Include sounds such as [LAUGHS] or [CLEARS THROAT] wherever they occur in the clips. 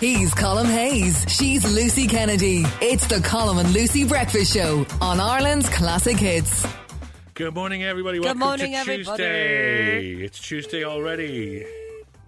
He's Colin Hayes. She's Lucy Kennedy. It's the Colin and Lucy Breakfast Show on Ireland's Classic Hits. Good morning, everybody. Welcome morning, to everybody. Tuesday. It's Tuesday already.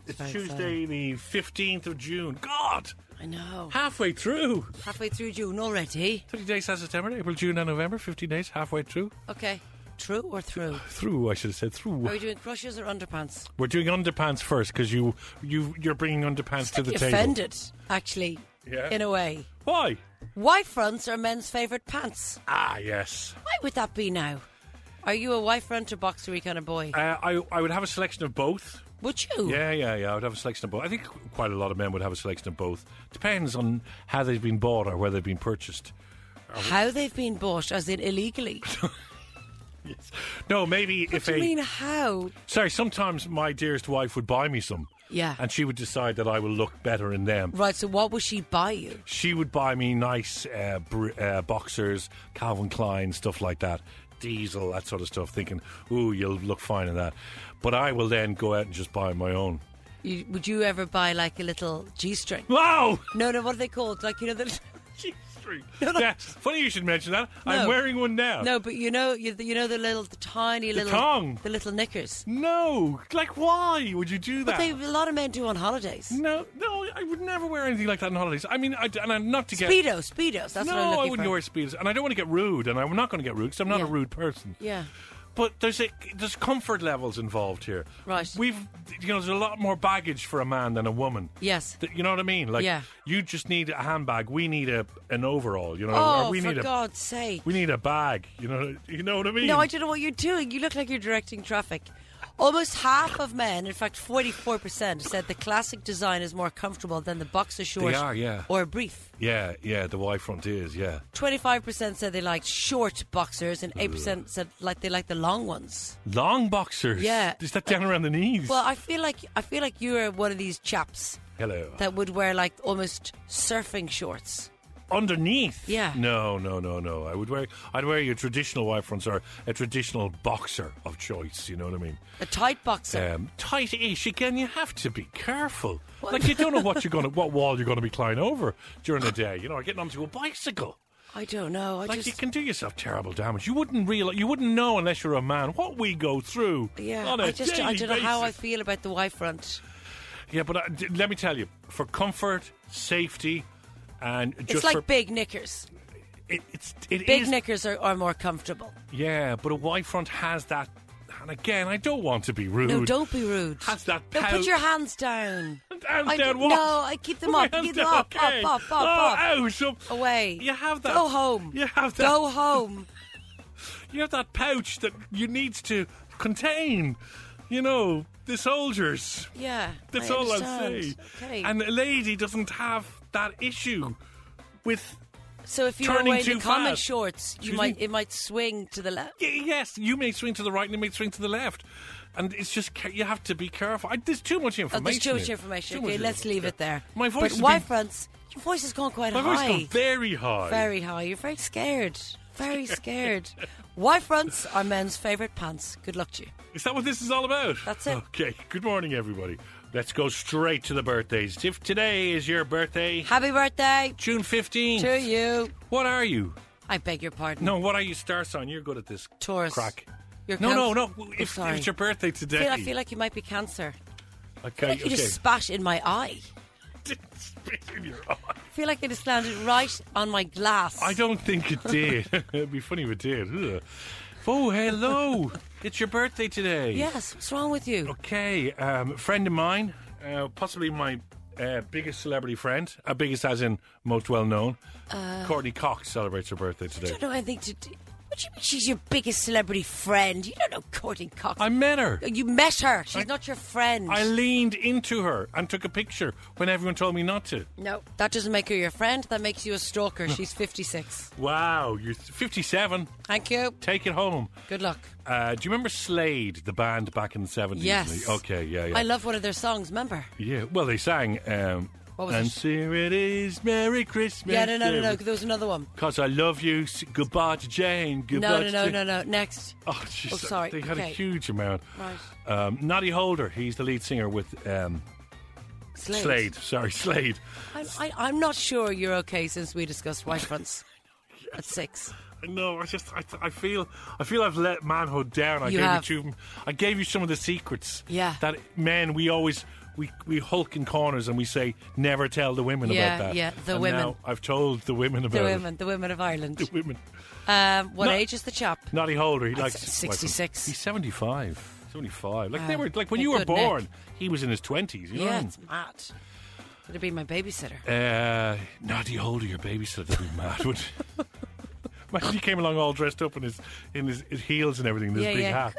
It's Thanks, Tuesday, the 15th of June. God, I know. halfway through. Halfway through June already. 30 days has September, April, June, and November. 15 days, halfway through. Okay. True or through? Through, I should have said through. Are we doing crushes or underpants? We're doing underpants first because you, you, you're bringing underpants to the table. offended, actually, Yeah. in a way. Why? Wife fronts are men's favourite pants. Ah, yes. Why would that be now? Are you a wife front or boxery kind of boy? Uh, I, I would have a selection of both. would you? Yeah, yeah, yeah. I would have a selection of both. I think quite a lot of men would have a selection of both. Depends on how they've been bought or where they've been purchased. How they've been bought, as [LAUGHS] in illegally. No, maybe what if do you a mean how? sorry, sometimes my dearest wife would buy me some. Yeah. And she would decide that I will look better in them. Right, so what will she buy you? She would buy me nice uh, br- uh, boxers, Calvin Klein, stuff like that, Diesel, that sort of stuff, thinking, ooh, you'll look fine in that. But I will then go out and just buy my own. you would you ever buy like a little G string? Wow! [LAUGHS] No, no, what are they called? Like, you know, the. [LAUGHS] Jeez, Street. Yeah, funny you should mention that. I'm No. wearing one now. No, but you know, you, you know the little, the tiny little, tongue. the little knickers. No, like why would you do that? But they, a lot of men do on holidays. no, no, I would never wear anything like that on holidays. I mean, I, and I'm not to get Speedos, speedos. That's no, what I'm looking I wouldn't for. wear speedos, and I don't want to get rude, and I'm not going to get rude because I'm not a Yeah. rude person. Yeah. But there's a, there's comfort levels involved here. Right. We've you know there's a lot more baggage for a man than a woman. Yes. Th- You know what I mean? Like Yeah. you just need a handbag. We need a an overall. You know, Oh, or we for need a God's sake! we need a bag. You know, you know what I mean? No, I don't know what you're doing. You look like you're directing traffic. Almost half of men, in fact, 44%, said the classic design is more comfortable than the boxer short are, yeah. or brief. Yeah, yeah. The Y front is yeah. 25% said they liked short boxers, and 8% said like they like the long ones. Long boxers. Yeah. Is that down around the knees? Well, I feel like I feel like you're one of these chaps Hello. that would wear like almost surfing shorts. underneath. Yeah. No, no, no, no. I would wear I'd wear your traditional wife fronts or a traditional boxer of choice, you know what I mean? A tight boxer. Um, tight ish again, you have to be careful. Like you don't know what you're gonna [LAUGHS] what wall you're gonna be climbing over during the day, you know, or getting onto a bicycle. I don't know. I Like just you can do yourself terrible damage. You wouldn't realize, you wouldn't know unless you're a man what we go through. yeah. on a I just I daily don't know how I basis. feel about the wife front. Yeah, but uh, d- let me tell you, for comfort, safety, and just it's like for big knickers. it, it's it Big is- knickers are, are more comfortable. Yeah, but a Y front has that. And again, I don't want to be rude. No, don't be rude. Has that no, pout. put your hands down. Hands I, down, d- what? No, I keep them My up. hands Keep them down, up, okay. up, up, up, oh, up. ow, so- Away. You have that. Go home. You have that. Go home. You have that pouch that you need to contain. You know the soldiers. Yeah. That's I all I'll say. understand. Okay. And a lady doesn't have that issue with. so if you were turning wearing the too comic fast. shorts, you Excuse might me? it might swing to the left. Y- Yes, you may swing to the right and you may swing to the left, and it's just ca- you have to be careful. I, there's too much Oh, information. there's too much here. information. Too okay, much let's leave information. it there. My voice But has wife been- fronts, your voice has gone quite My high. voice got very high. Very high. You're very scared. Very scared. Wife fronts are men's favourite pants. Good luck to you. Is that what this is all about? That's it. Okay. Good morning, everybody. Let's go straight to the birthdays. If today is your birthday, Happy birthday June fifteenth. to you. What are you? I beg your pardon. No, what are you, star sign? You're good at this. Taurus. Crack. You're no, no, count- no. Oh, If, if sorry. it's your birthday I today, feel, I feel like you might be cancer. okay, I feel like okay. [LAUGHS] you just spat in my eye. Didn't [LAUGHS] spit in your eye. I feel like it just landed right on my glass. I don't think it did. [LAUGHS] It'd be funny if it did. Ugh. Oh, hello! it's your birthday today. Yes, what's wrong with you? Okay, um, a friend of mine, uh, possibly my uh, biggest celebrity friend, uh, biggest as in most well known, Courtney Cox celebrates her birthday I today. Uh. don't know anything to do. What do you mean she's your biggest celebrity friend? You don't know Courtney Cox. I met her. You met her. She's not your friend. I leaned into her and took a picture when everyone told me not to. no, that doesn't make her your friend. That makes you a stalker. She's 56. Wow, you're 57. Thank you. Take it home. Good luck. Uh, do you remember Slade, the band back in the 70s? Yes. Okay, yeah, yeah. I love one of their songs, remember? yeah, well, they sang. Um, What was and it? here it is, Merry Christmas. Yeah, no, no, no, no. There was another one. Because I love you. s- Goodbye to Jane. Goodbye No, no, to no, Jane. no, no. Next. Oh, jeez, Oh, sorry. They had a Okay. huge amount. Right. Um, Noddy Holder, he's the lead singer with um, Slade. Slade, sorry, [LAUGHS] Slade. I'm, I, I'm not sure you're okay since we discussed white [LAUGHS] fronts at six. No, I just I, I feel I feel I've let manhood down. I You gave have. you two, I gave you some of the secrets. Yeah. That men we always we we hulk in corners and we say never tell the women Yeah, about that. yeah, the And women. Now I've told the women about The it. women, the women of Ireland. The women. Um, what No. age is the chap? Noddy Holder. He likes s- 66. He's seventy five. Seventy five. Like they Wow. were like when A you were good neck. born, he was in his twenties. You know. Yeah, it's mad. Could it be my babysitter? Uh, Noddy Holder, your babysitter, would be mad. Would [LAUGHS] Imagine he came along all dressed up in his in his, his heels and everything, in his Yeah, big yeah. hat.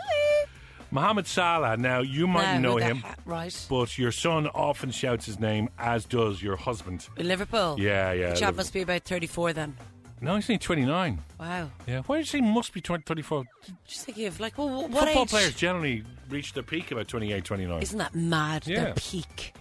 Mohamed Salah. Now you might Now, know who the him, ha- right. but your son often shouts his name, as does your husband. In Liverpool. Yeah, yeah. The Liverpool. chap must be about 34 then. No, he's only twenty nine. Wow. Yeah, why do you say must be 20, 34? Just thinking of like, well, wh- what Football age? players generally reach their peak about 28, 29. Isn't that mad? Yeah. Their peak.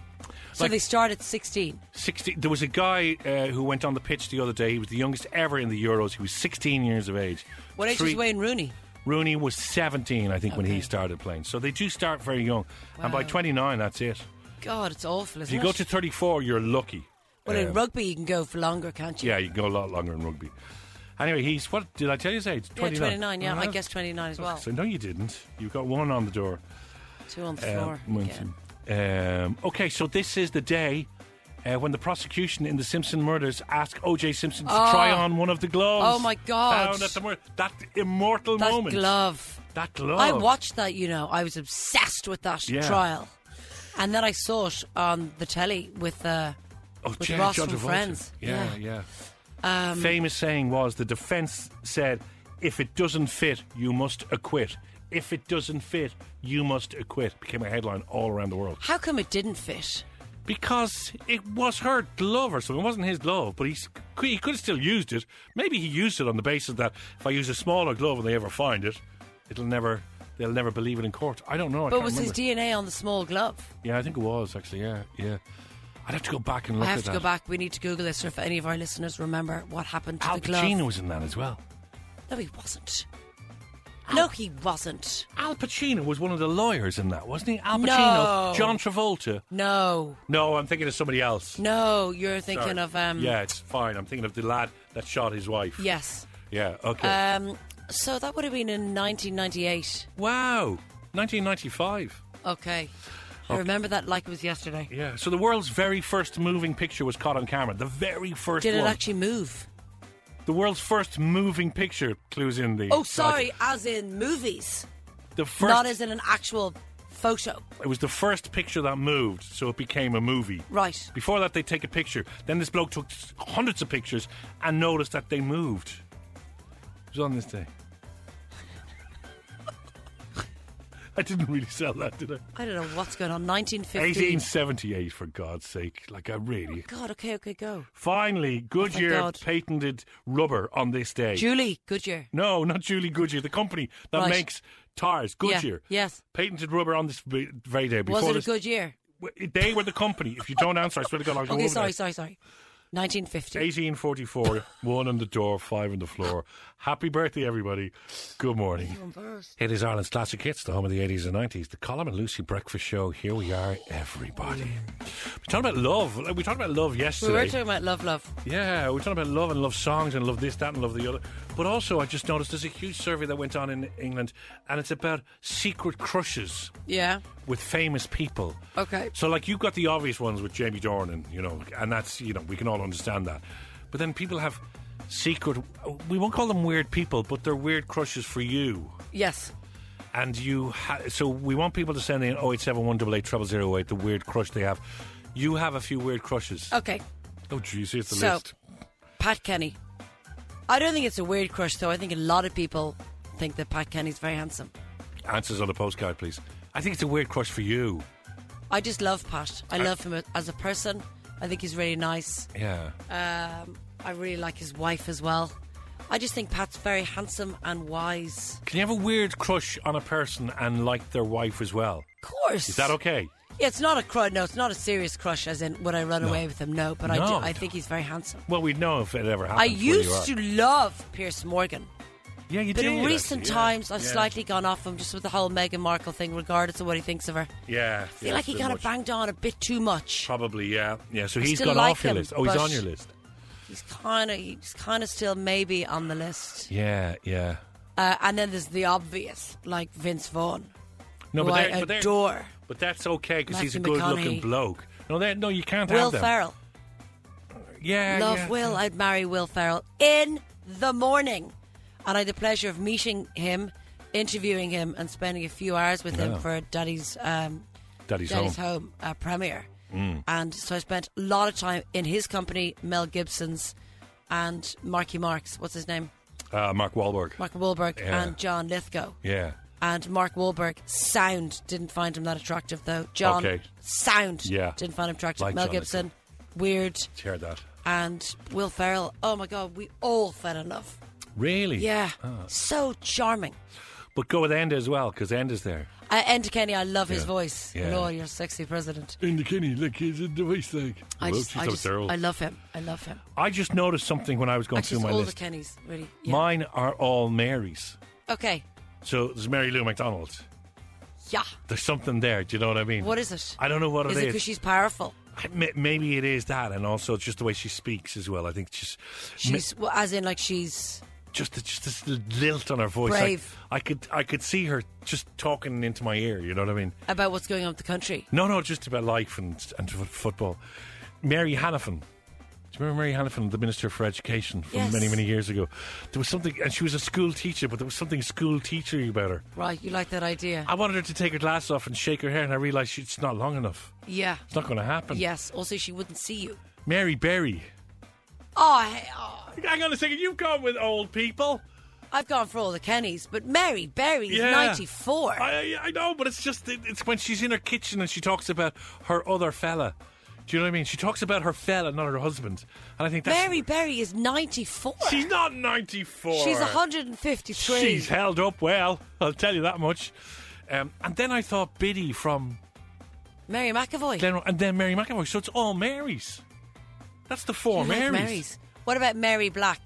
So Like- they start at 16. 60, there was a guy uh, who went on the pitch the other day. He was the youngest ever in the Euros. He was 16 years of age. What age Three- was Wayne Rooney? Rooney was 17, I think, when he Okay. started playing. So they do start very young. And by Wow. 29, that's it. God, it's awful, If isn't you it? go to 34, you're lucky. well, Um, in rugby, you can go for longer, can't you? Yeah, you can go a lot longer in rugby. Anyway, he's, what did I tell you his age? Yeah, 29. 29. Yeah, I Uh-huh. guess 29 as well. So, no, you didn't. You've got one on the door. Two on the Uh, floor. Munson. again. Um, okay, so this is the day uh, when the prosecution in the Simpson murders asked O.J. Simpson to Oh. try on one of the gloves. Oh, my God. Found at the mur- that immortal That moment. glove. That glove. I watched that, you know. I was obsessed with that Yeah. trial. And then I saw it on the telly with uh, Oh, with Jay- Ross John from Travolta. Friends. Um, Yeah, yeah. Famous saying was the defense said, "If it doesn't fit, you must acquit. If it doesn't fit, you must acquit." Became a headline all around the world How come it didn't fit? Oh, because it was her glove or something. It wasn't his glove, but he s- c- he could have still used it. Maybe he used it on the basis that if I use a smaller glove and they ever find it, it'll never they'll never believe it in court. I don't know. I But can't was remember. his DNA on the small glove? Yeah, I think it was actually. Yeah, yeah. I'd have to go back and I look have at to that. go back. We need to Google this, or if any of our listeners remember what happened to Al the glove. Pacino was in that as well. No, he wasn't. No, he wasn't. Al Pacino was one of the lawyers in that, wasn't he? Al Pacino, No. John Travolta. No, No, I'm thinking of somebody else. no, you're Sorry. thinking of um. yeah, it's fine. I'm thinking of the lad that shot his wife. Yes. Yeah, okay. Um. So that would have been in 1998. wow, 1995. Okay. I remember that like it was yesterday. Yeah. So the world's very first moving picture was caught on camera. The very first Did it one. actually move? the world's first moving picture clues in the. Oh, sorry, as in movies, The first. not as in an actual photo. it was the first picture that moved, so it became a movie. Right. Before that, they take a picture. Then this bloke took hundreds of pictures and noticed that they moved. It was on this day. [LAUGHS] I didn't really sell that, did I? I don't know what's going on. 1915. 1878, for God's sake. Like, I really. God. Okay. Okay. Go. Finally, Goodyear Oh, God. patented rubber on this day. Julie Goodyear. no, not Julie Goodyear, the company that Right. makes tires. Yeah, Goodyear. yes. Patented rubber on this v- very day. Before Was it a this- good year? w- They were the company. If you don't answer, I swear to God, I'll go Okay, over sorry, there. sorry, sorry. 1950. [LAUGHS] 1844, one on the door, five on the floor. Happy birthday, everybody. Good morning. It is Ireland's classic hits, the home of the 80s and 90s. The Colin and Lucy Breakfast Show. Here we are, everybody. We talked about love. Like, We talked about love We yesterday. were talking about love, love. yeah, we talked about love and love songs and love this, that, and love the other. But also, I just noticed there's a huge survey that went on in England, and it's about secret crushes Yeah. with famous people. Okay. So, like, you've got the obvious ones with Jamie Dornan, you know, and that's, you know, we can all understand that. But then people have secret, we won't call them weird people, but they're weird crushes for you. Yes. And you, ha- so we want people to send in 087 the weird crush they have. You have a few weird crushes. Okay. oh, jeez, here's the so, list. Pat Kenny. I don't think it's a weird crush, though. I think a lot of people think that Pat Kenny's very handsome. Answers on a postcard, please. I think it's a weird crush for you. I just love Pat. I love him as a person. I think he's really nice. Yeah. Um, I really like his wife as well. I just think Pat's very handsome and wise. Can you have a weird crush on a person and like their wife as well? Of course. Is that okay? Yeah, it's not a crush. No, it's not a serious crush, as in would I run away with him? No, but I, do, No. I think he's very handsome. Well, we'd know if it ever happened. I used to love Pierce Morgan. Yeah, you But did. in recent actually, yeah. times, I've Yeah. slightly gone off him just with the whole Meghan Markle thing, regardless of what he thinks of her. Yeah. I feel like he kind of banged on a bit too much. Probably, yeah. Yeah, so I he's still gone like off your him, list. Oh, he's but- on your list. He's kind of, he's kind of still maybe on the list. Yeah, yeah. Uh, and then there's the obvious, like Vince Vaughn, No, who but, I they're- but, they're- adore. but that's okay because he's a Matthew good looking McConaughey. bloke. No, they, no, you can't have Will them. Ferrell, Yeah, love yeah. Will. I'd marry Will Ferrell in the morning, and I had the pleasure of meeting him, interviewing him, and spending a few hours with Wow. him for Daddy's um, Daddy's, Daddy's home. Mm. Home, uh, premiere. And so I spent a lot of time in his company, Mel Gibson's, and Marky Marks, what's his name? Uh, Mark Wahlberg. Mark Wahlberg Yeah. and John Lithgow. Yeah, And Mark Wahlberg, sound, didn't find him that attractive though. John, Okay. sound, Yeah. didn't find him attractive. Like Mel John Gibson, weird. hear that. And Will Ferrell, oh my God, we all fell in love. Really? Ah. Yeah, so charming. But go with Enda as well because Enda's there. Uh, Enda Kenny, I love his Yeah. voice. Yeah. Hello, you're sexy president. In the Kenny, look, he's in the waist leg. I just, I, just, I love him. I love him. I just noticed something when I was going Actually, through it's my all list. the Kennys, really. Yeah. Mine are all Marys. Okay. So there's Mary Lou McDonald. Yeah. There's something there. Do you know what I mean? What is it? I don't know what Is it it is. because she's powerful? M- Maybe it is that, and also it's just the way she speaks as well. I think she's She's well, as in like she's just just this lilt on her voice. Like, Brave. I could I could see her just talking into my ear. You know what I mean? about what's going on with the country. No, no, just about life and and f- football. Mary Hannafin. Do you remember Mary Hannafin, the Minister for Education from Yes. many, many years ago? There was something, and she was a school teacher, but there was something school teachery about her. Right, you like that idea? I wanted her to take her glass off and shake her hair, and I realised she- it's not long enough. yeah. It's not going to happen. Yes. Also, she wouldn't see you. Mary Berry. Oh, hey, oh, Hang on a second, you've gone with old people. I've gone for all the Kennys, but Mary Berry is Yeah. 94. I, I know, but it's just it- it's when she's in her kitchen and she talks about her other fella. Do you know what I mean? She talks about her fella, not her husband. And I think that's Mary Berry is 94. She's not ninety four. She's 153. She's held up well. I'll tell you that much. Um, and then I thought Biddy from Mary McAvoy. Glen, and then Mary McAvoy. So it's all Marys. That's the You four like Marys. Marys. What about Mary Black?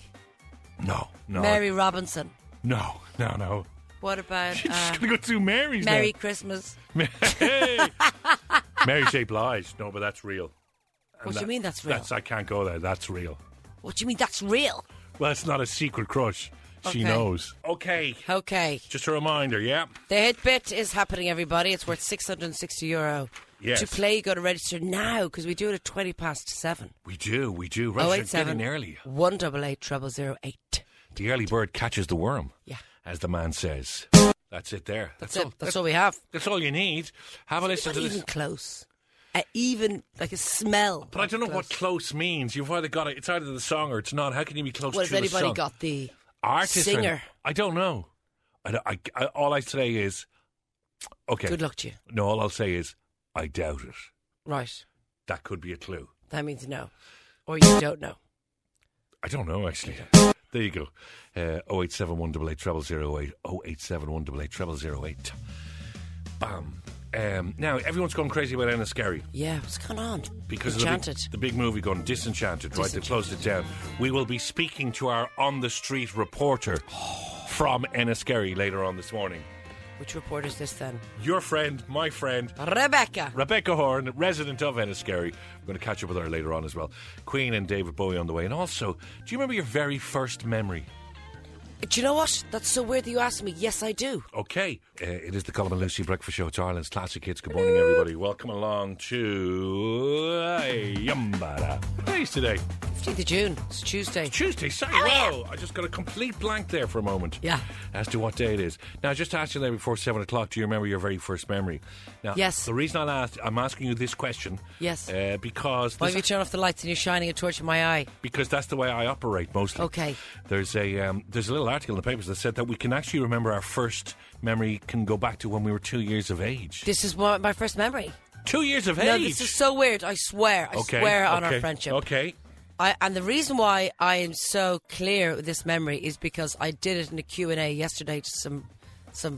No, no, Mary Robinson. no, no, [LAUGHS] no. What about She's uh, just gonna go through Marys. Merry now. Christmas? Hey. Mary J. Blige. No, but that's real. And What do you that- mean that's real? That's I can't go there. That's real. What do you mean that's real? Well, it's not a secret crush. She Okay. knows. Okay. Okay. Just a reminder, yeah. The hit bit is happening, everybody. It's worth 660 euro. Yes. To play, you got to register now because we do it at 20 past 7. We do, we do. Oh, Right, get in early. 188 008. The early bird catches the worm, Yeah. as the man says. That's it there. That's, That's, it. all. That's, all we have. That's all you need. Have a listen Not to even this. close. Uh, even like a smell. But I don't know of what close. close means. You've either got it. It's either the song or it's not. How can you be close What to has the anybody song? got the. Artist or- Singer. I don't know. I, don't- I- I- all I say is, okay. Good luck to you. No, all I'll say is, I doubt it. Right. That could be a clue. That means no. Or you don't know. I don't know actually. There you go. Uh, 0871 double treble 08 0871 double treble 08. Bam. Um, now everyone's gone crazy about Anna Scary Yeah, what's going on? because of the Enchanted. big, the big movie gone disenchanted, right? They closed it down. We will be speaking to our on the street reporter from Enniskerry later on this morning. Which report is this then? Your friend, my friend, Rebecca. Rebecca Horn, resident of Enniskerry. We're going to catch up with her later on as well. Queen and David Bowie on the way. And also, do you remember your very first memory? Do you know what? That's so weird that you asked me. Yes, I do. Okay, uh, it is the Colin and Lucy Breakfast Show. It's Ireland's classic hits. Good morning, everybody. Welcome along to Yumbara. Today's today, 15th of June. It's Tuesday. Oh, Tuesday. Sorry, wow, I just got a complete blank there for a moment. Yeah. As to what day it is. Now, just to ask you there before seven o'clock. Do you remember your very first memory? Now, Yes. The reason I'll ask, I'm asking you this question. Yes. Uh, because Why have this- you turned off the lights and you're shining a torch in my eye? because that's the way I operate mostly. Okay. There's a um, there's a little article in the papers that said that we can actually remember our first memory can go back to when we were two years of age. This is my, my first memory. Two years of No, age. this is so weird. I swear. I okay. swear on okay, our friendship. Okay. I, and the reason why I am so clear with this memory is because I did it in a Q&A yesterday to some, some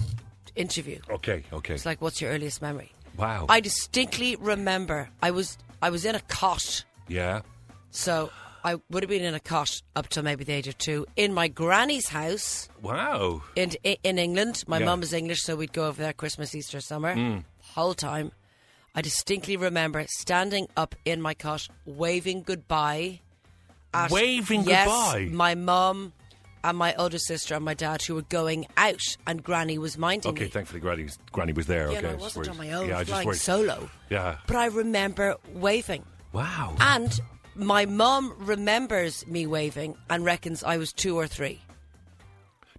interview. Okay. Okay. It's like, what's your earliest memory? wow. I distinctly remember I was I was in a cot, yeah. so I would have been in a cot up to maybe the age of two in my granny's house Wow. in in England. My Yeah. mum is English, so we'd go over there Christmas, Easter, summer. Mm. Whole time, I distinctly remember standing up in my cot, waving goodbye. At, Waving yes, goodbye? My mum and my older sister and my dad who were going out, and Granny was minding Okay, me. thankfully Granny was, Granny was there. Yeah, okay, no, I just wasn't on worried. my own, Yeah, I just flying worried. solo. Yeah. But I remember waving. Wow. And my mum remembers me waving and reckons I was two or three.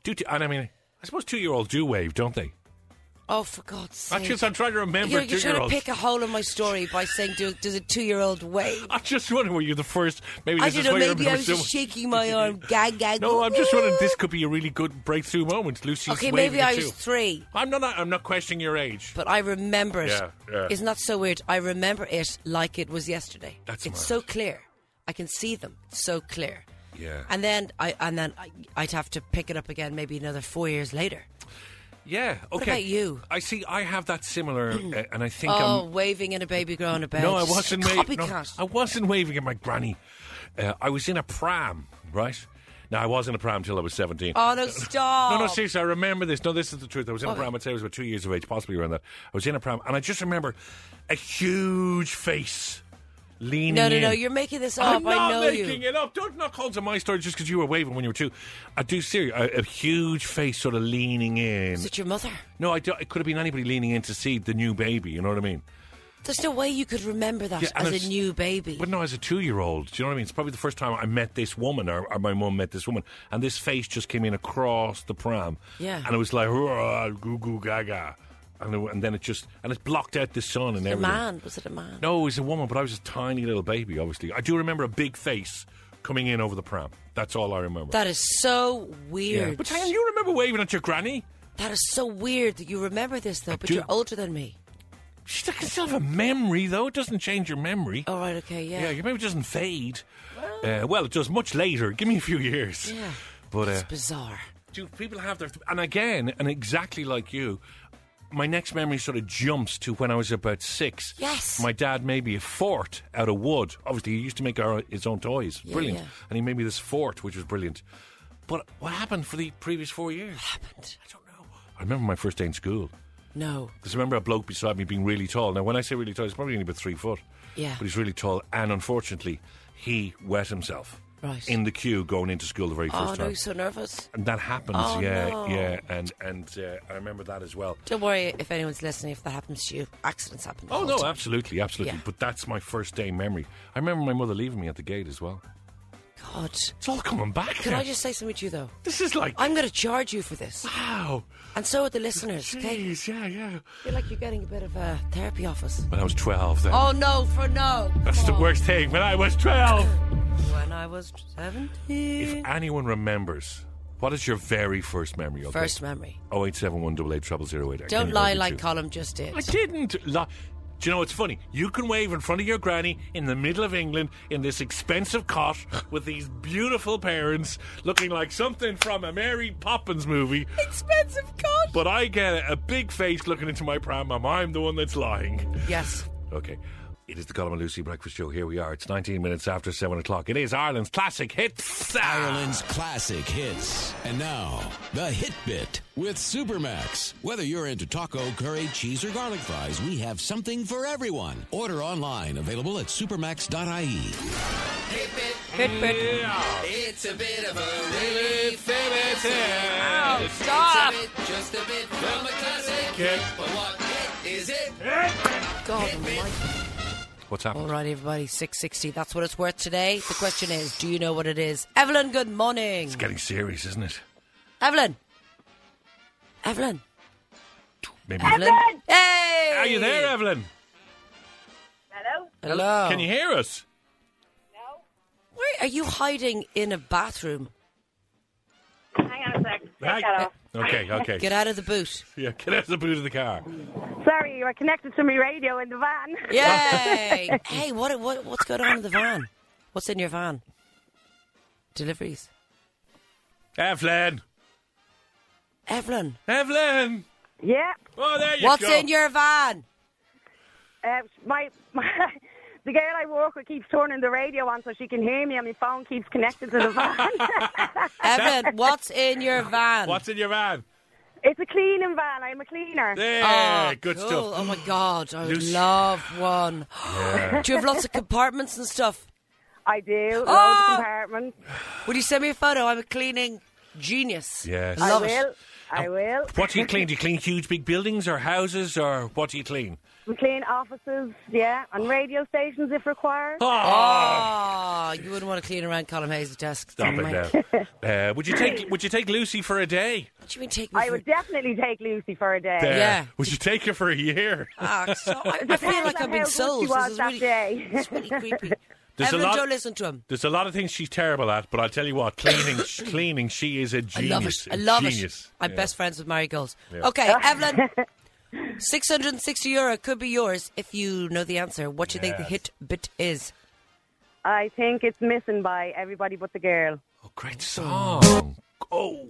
Do t- and I mean, I suppose two-year-olds do wave, don't they? Oh, for God's sake. Actually, I'm trying to remember You're, you're trying to two-year-olds. pick a hole in my story by saying, do, does a two year old wave? I'm just wondering, were you the first? Maybe I this don't is know, why you maybe I remember was so just much. shaking my arm. Gag, gag. No, I'm just wondering. This could be a really good breakthrough moment. Lucy's [GASPS] Okay, waving maybe at I was you. three, I'm not. I'm not questioning your age. but I remember it. Yeah, yeah. Isn't that so weird? I remember it like it was yesterday. That's it's mad. so clear. I can see them. It's so clear. Yeah. And then I and then I, I'd have to pick it up again maybe another four years later. yeah. Okay. about you? I see. I have that [CLEARS THROAT] similar, uh, and I think oh, I'm. waving and a baby growing a bed. No, I Just a wasn't. wa- no, Copycat. I wasn't waving at my granny. Uh, I was in a pram, right? Now I was in a pram till I was seventeen. Oh no! [LAUGHS] Stop. Oh. No, no, seriously, I remember this. No, this is the truth. I was in a Okay. pram. I'd say I was about two years of age, possibly around that. I was in a pram, and I just remember a huge face leaning. No, no, no, in. You're making this up. I'm not I know making you. it up. Don't knock holes in my story just because you were waving when you were two. I do see a, a huge face sort of leaning in. Is it your mother? No, I do, it could have been anybody leaning in to see the new baby. You know what I mean? There's no way you could remember that Yeah, and as a it's- new baby. But no, as a two-year-old, do you know what I mean? It's probably the first time I met this woman, or, or my mum met this woman, and this face just came in across the pram. Yeah. and it was like "Hurrah, goo goo gaga, and, it, and then it just and it blocked out the sun and a everything. man? Was it a man? No, it was a woman, but I was a tiny little baby. Obviously, I do remember a big face coming in over the pram. That's all I remember. That is so weird. Yeah. But Tanya, you remember waving at your granny? That is so weird that you remember this though, but do. you're older than me. She can still have a memory, though. It doesn't change your memory. All right, okay, yeah. your memory doesn't fade. Well, uh, well it does much later. Give me a few years. Yeah. But uh, It's bizarre. do people have their. And again, and exactly like you, my next memory sort of jumps to when I was about six. Yes. My dad made me a fort out of wood. Obviously, he used to make our, his own toys. Yeah, brilliant. yeah. And he made me this fort, which was brilliant. But what happened for the previous four years? Happened. I don't know. I remember my first day in school. No. Because I remember a bloke beside me being really tall. Now, when I say really tall, he's probably only about three foot. Yeah. But he's really tall, and unfortunately, he wet himself. Right. In the queue going into school the very Oh first no, time. you're so nervous. And that happens, Oh, yeah, no. yeah. And and uh, I remember that as well. Don't worry if anyone's listening if that happens to you. Accidents happen. Oh, all no, the time. absolutely, absolutely. Yeah. But that's my first day memory. I remember my mother leaving me at the gate as well. God. It's all coming back. Can now. I just say something to you though? This is like. I'm gonna charge you for this. Wow. And so are the listeners, okay? Jeez, yeah, yeah. I feel like you're getting a bit of a therapy office. When I was 12, then. Oh no, for no. That's the Oh. worst thing. When I was [LAUGHS] 12. When I was seventeen. If anyone remembers, what is your very first memory of First memory. Oh eight seven one double eight trouble zero eight. Don't lie like Colm just did. I didn't lie. Do you know what's funny? You can wave in front of your granny in the middle of England in this expensive cot with these beautiful parents looking like something from a Mary Poppins movie. Expensive God. But I get a big face looking into my pram, and I'm the one that's lying. Yes. Okay. It is the Colin and Lucy Breakfast Show. Here we are. It's 19 minutes after 7 o'clock. It is Ireland's classic hits. Ireland's classic hits. And now, the Hit Bit with Supermax. Whether you're into taco, curry, cheese, or garlic fries, we have something for everyone. Order online, available at supermax.ie. Fitbit. It's a bit of a really famous hit. Oh, stop. It's a bit, just a bit from a classic hit. But what hit is it? God almighty. What's happened? All right, everybody, 660. That's what it's worth today. The question is, do you know what it is? Evelyn, good morning. It's getting serious, isn't it? Evelyn. Evelyn. Maybe. Evelyn. Hey. Are you there, Evelyn? Hello? Hello. Can you hear us? No? Where are you hiding in a bathroom? Hang on a sec. Take that off. Okay, okay. Get out of the boot. yeah, get out of the boot of the car. Sorry, you were connected to my radio in the van. [LAUGHS] Yay. hey, what, what what's going on in the van? What's in your van? Deliveries. Evelyn, Evelyn, Evelyn. Yeah. Oh, there you what's go. in your van? Uh, my, [LAUGHS] my The girl I work with keeps turning the radio on so she can hear me, and my phone keeps connected to the [LAUGHS] van. Evan, what's [LAUGHS] in your van? What's in your van? it's a cleaning van. I'm a cleaner. There, Oh, good cool. stuff. Oh my god, I would Lucy- love one. Do you have lots of compartments and stuff? I do. Loads Oh! of compartments. Would you send me a photo? I'm a cleaning genius. Yes. I love I it. will. I will. What do you clean? Do you clean huge, big buildings or houses or what do you clean? We clean offices, yeah, and radio stations if required. [LAUGHS] Ah. Oh, you wouldn't want to clean around Colin Hayes' desk. Stop Mike. it now. Uh, would you take Would you take Lucy for a day? What do you mean take me I for- would definitely take Lucy for a day. There. Yeah. Would you take her for a year? Ah, so [LAUGHS] I, I feel like Depends on I've been how good she sold. was This is that really, day. [LAUGHS] it's really creepy. There's a Evelyn, lot- don't listen to him. There's a lot of things she's terrible at, but I'll tell you what, [LAUGHS] cleaning, sh- cleaning, she is a genius. I a love it. I love genius. it. I'm Yeah. best friends with Mary Gold. [LAUGHS] [LAUGHS] Oh, Okay, Evelyn. 660 euro could be yours if you know the answer. What do you think the Yes. hit bit is? I think it's missing by everybody but the girl. Oh, great song. Oh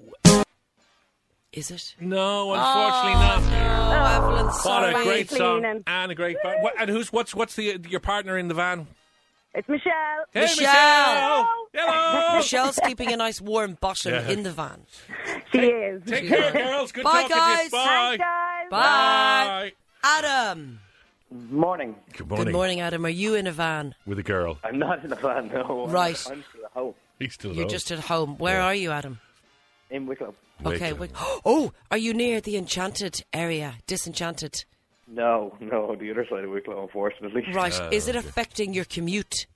Is it? no, unfortunately not. Oh, Evelyn, sorry. What a great song Cleaning. and a great. Par- what, and who's what's what's the your partner in the van? It's Michelle. Hey, Michelle. Hello. [LAUGHS] Michelle's keeping a nice warm bottom in the van. She is. [LAUGHS] Take care, girls. Good Bye, talking to guys. you. Bye. Thanks, guys. Bye. Adam. Morning. Good morning. Good morning, Adam. Are you in a van? With a girl. I'm not in the van, no. I'm- Right. I'm still at home He's still You're alone. just at home. Where are you, Adam? in Wicklow. Okay. Wait. wait. [GASPS] Oh, are you near the enchanted area? Disenchanted. No, no, the other side of Wicklow, unfortunately. Right. Ah, Is it affecting your commute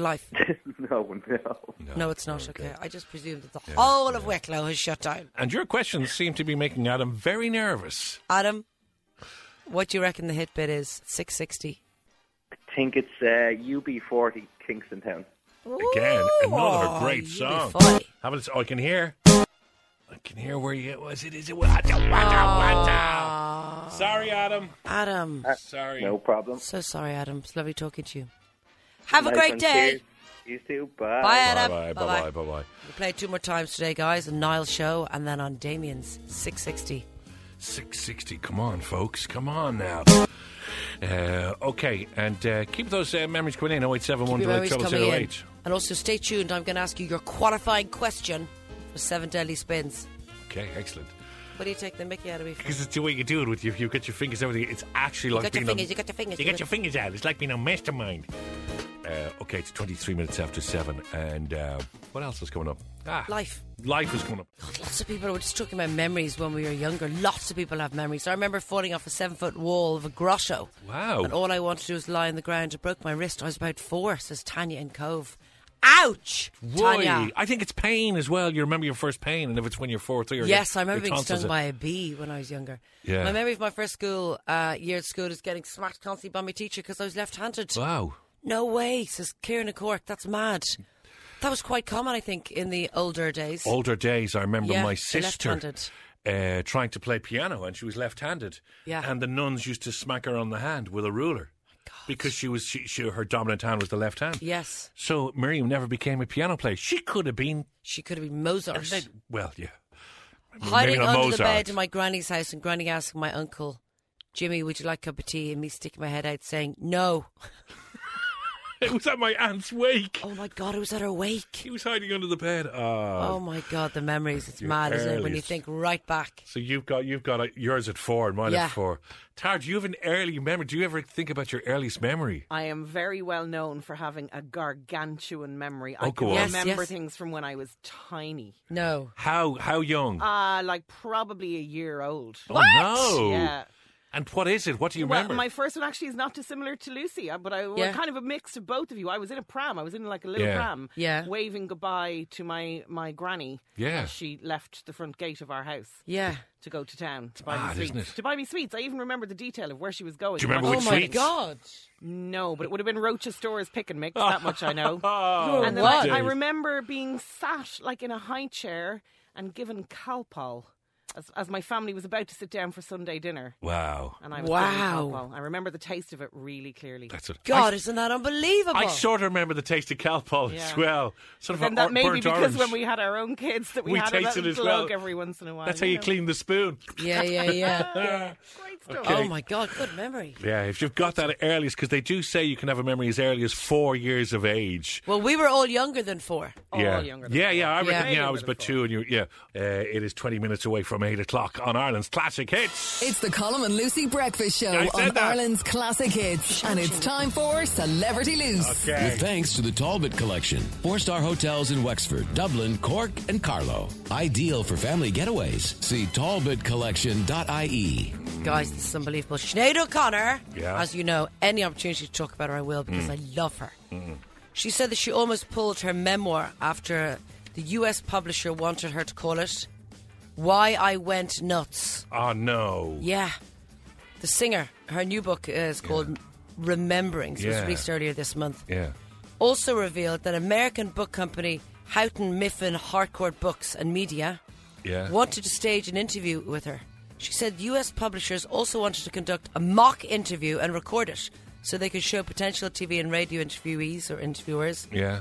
[LAUGHS] life? no, no. No, it's Oh, not. Okay. I just presume that the whole of Wicklow has shut down. And your questions seem to be making Adam very nervous. Adam, what do you reckon the hit bit is? 660. I think it's uh, UB40 Kingston Town. Again, another Ooh, great you'd be song. funny. Have a listen- oh, I can hear. I can hear where you was. It is. it- Wata, wata, wata. Sorry, Adam. Adam. Uh, Sorry. No problem. So sorry, Adam. It's lovely talking to you. Have a Nice great one. day. Cheers. You too. Bye, Bye Adam. bye. Bye bye. Bye bye. We play two more times today, guys. On Niall's show and then on Damien's 660. Six sixty. Come on, folks. Come on now. Uh, okay, and uh, keep those uh, memories coming in. Oh eight seven one Your double memories trouble coming zero in. eight. And also stay tuned. I'm going to ask you your qualifying question for Seven Deadly Spins. Okay, excellent. What do you take the mickey out of me for? Because it's the way you do it with you. You get your fingers out. It's actually like got your being fingers, on, you got your fingers, You you got got- your fingers out. It's like being a mastermind. Uh, okay, it's 23 minutes after 7. And uh, what else was coming up? Ah, Life. Life was [GASPS] coming up. Lots of people were just talking about memories when we were younger. Lots of people have memories. I remember falling off a seven foot wall of a grotto. Wow. And all I wanted to do was lie on the ground. I broke my wrist. I was about four, says Tanya in Cove. Ouch! Tanya. Why? I think it's pain as well. You remember your first pain, and if it's when you're four or three. Or Yes, your- I remember your being tonsils stung are- by a bee when I was younger. Yeah. My memory of my first school uh, year at school is getting smacked constantly by my teacher because I was left handed. Wow. No way, says Kieran Cork. That's mad. That was quite common, I think, in the older days. Older days, I remember Yeah, my the sister left-handed. uh, trying to play piano, and she was left-handed. Yeah. And the nuns used to smack her on the hand with a ruler because she was she, she, her dominant hand was the left hand. Yes, So Miriam never became a piano player. She could have been she could have been Mozart. Well, yeah. Hiding not under the Mozart. bed in my granny's house and granny asking my uncle, Jimmy, would you like a cup of tea? And me sticking my head out saying, no. [LAUGHS] It was at my aunt's wake. Oh my God, it was at her wake. He was hiding under the bed. Oh. Oh my God, the memories. It's Your mad, isn't it? When you earliest. think right back. So you've got you've got a, yours at four and mine Yeah. at four. Tara, do you have an early memory? Do you ever think about your earliest memory? I am very well known for having a gargantuan memory. Oh, I go can on. Yes, remember yes. things from when I was tiny. No. How how young? Uh, like probably a year old. Oh no! Yeah. And what is it? What do you Well, remember? my first one actually is not dissimilar to Lucy, uh, but I we're Yeah. kind of a mix of both of you. I was in a pram. I was in like a little Yeah. pram, Yeah. waving goodbye to my my granny. Yeah. as she left the front gate of our house Yeah. to go to town to buy mad, me sweets. Ah, isn't it? To buy me sweets, I even remember the detail of where she was going. Do you remember what Oh which she my was sweets? getting. God. No, but it would have been Roach's Store's pick and mix. that much [LAUGHS] I know. Oh, And then What? I, I remember being sat like in a high chair and given Calpol as, as my family was about to sit down for Sunday dinner. wow, And I was given Wow. Calpol. I remember the taste of it really clearly. that's it. God, isn't that unbelievable? I, I sort of remember the taste of Calpol as Yeah. well. Sort of and a that or- may be burnt because orange. when we had our own kids that we, We had a tasted little as well. glug every once in a while. That's how you know. clean the spoon. [LAUGHS] yeah, yeah, yeah. Ah. stuff. Okay. Oh my God, good memory. Yeah, if you've got that earliest, because they do say you can have a memory as early as four years of age. Well, we were all younger than Oh, four. All yeah. younger than yeah, four. yeah, I reckon. Yeah, Way I younger was than but four. two, and you. Yeah, uh, it is twenty minutes away from eight o'clock on Ireland's classic hits. It's the Colin and Lucy Breakfast Show I said on that. Ireland's Classic Hits, and it's time for Celebrity Loose. Okay. With thanks to the Talbot Collection, four star hotels in Wexford, Dublin, Cork, and Carlow. Ideal for family getaways. See talbotcollection.ie. Guys, this is unbelievable. Sinead O'Connor, Yeah. Mm. as you know, any opportunity to talk about her, I will because I love her. Mm-hmm. She said that she almost pulled her memoir after the US publisher wanted her to call it Why I Went Nuts. Oh no. Yeah. The singer, her new book is called Rememberings, It was Yeah. released earlier this month. Yeah. Also revealed that American book company Houghton Mifflin Harcourt Books and Media Yeah. wanted to stage an interview with her. She said US publishers also wanted to conduct a mock interview and record it so they could show potential TV and radio interviewees or interviewers Yeah.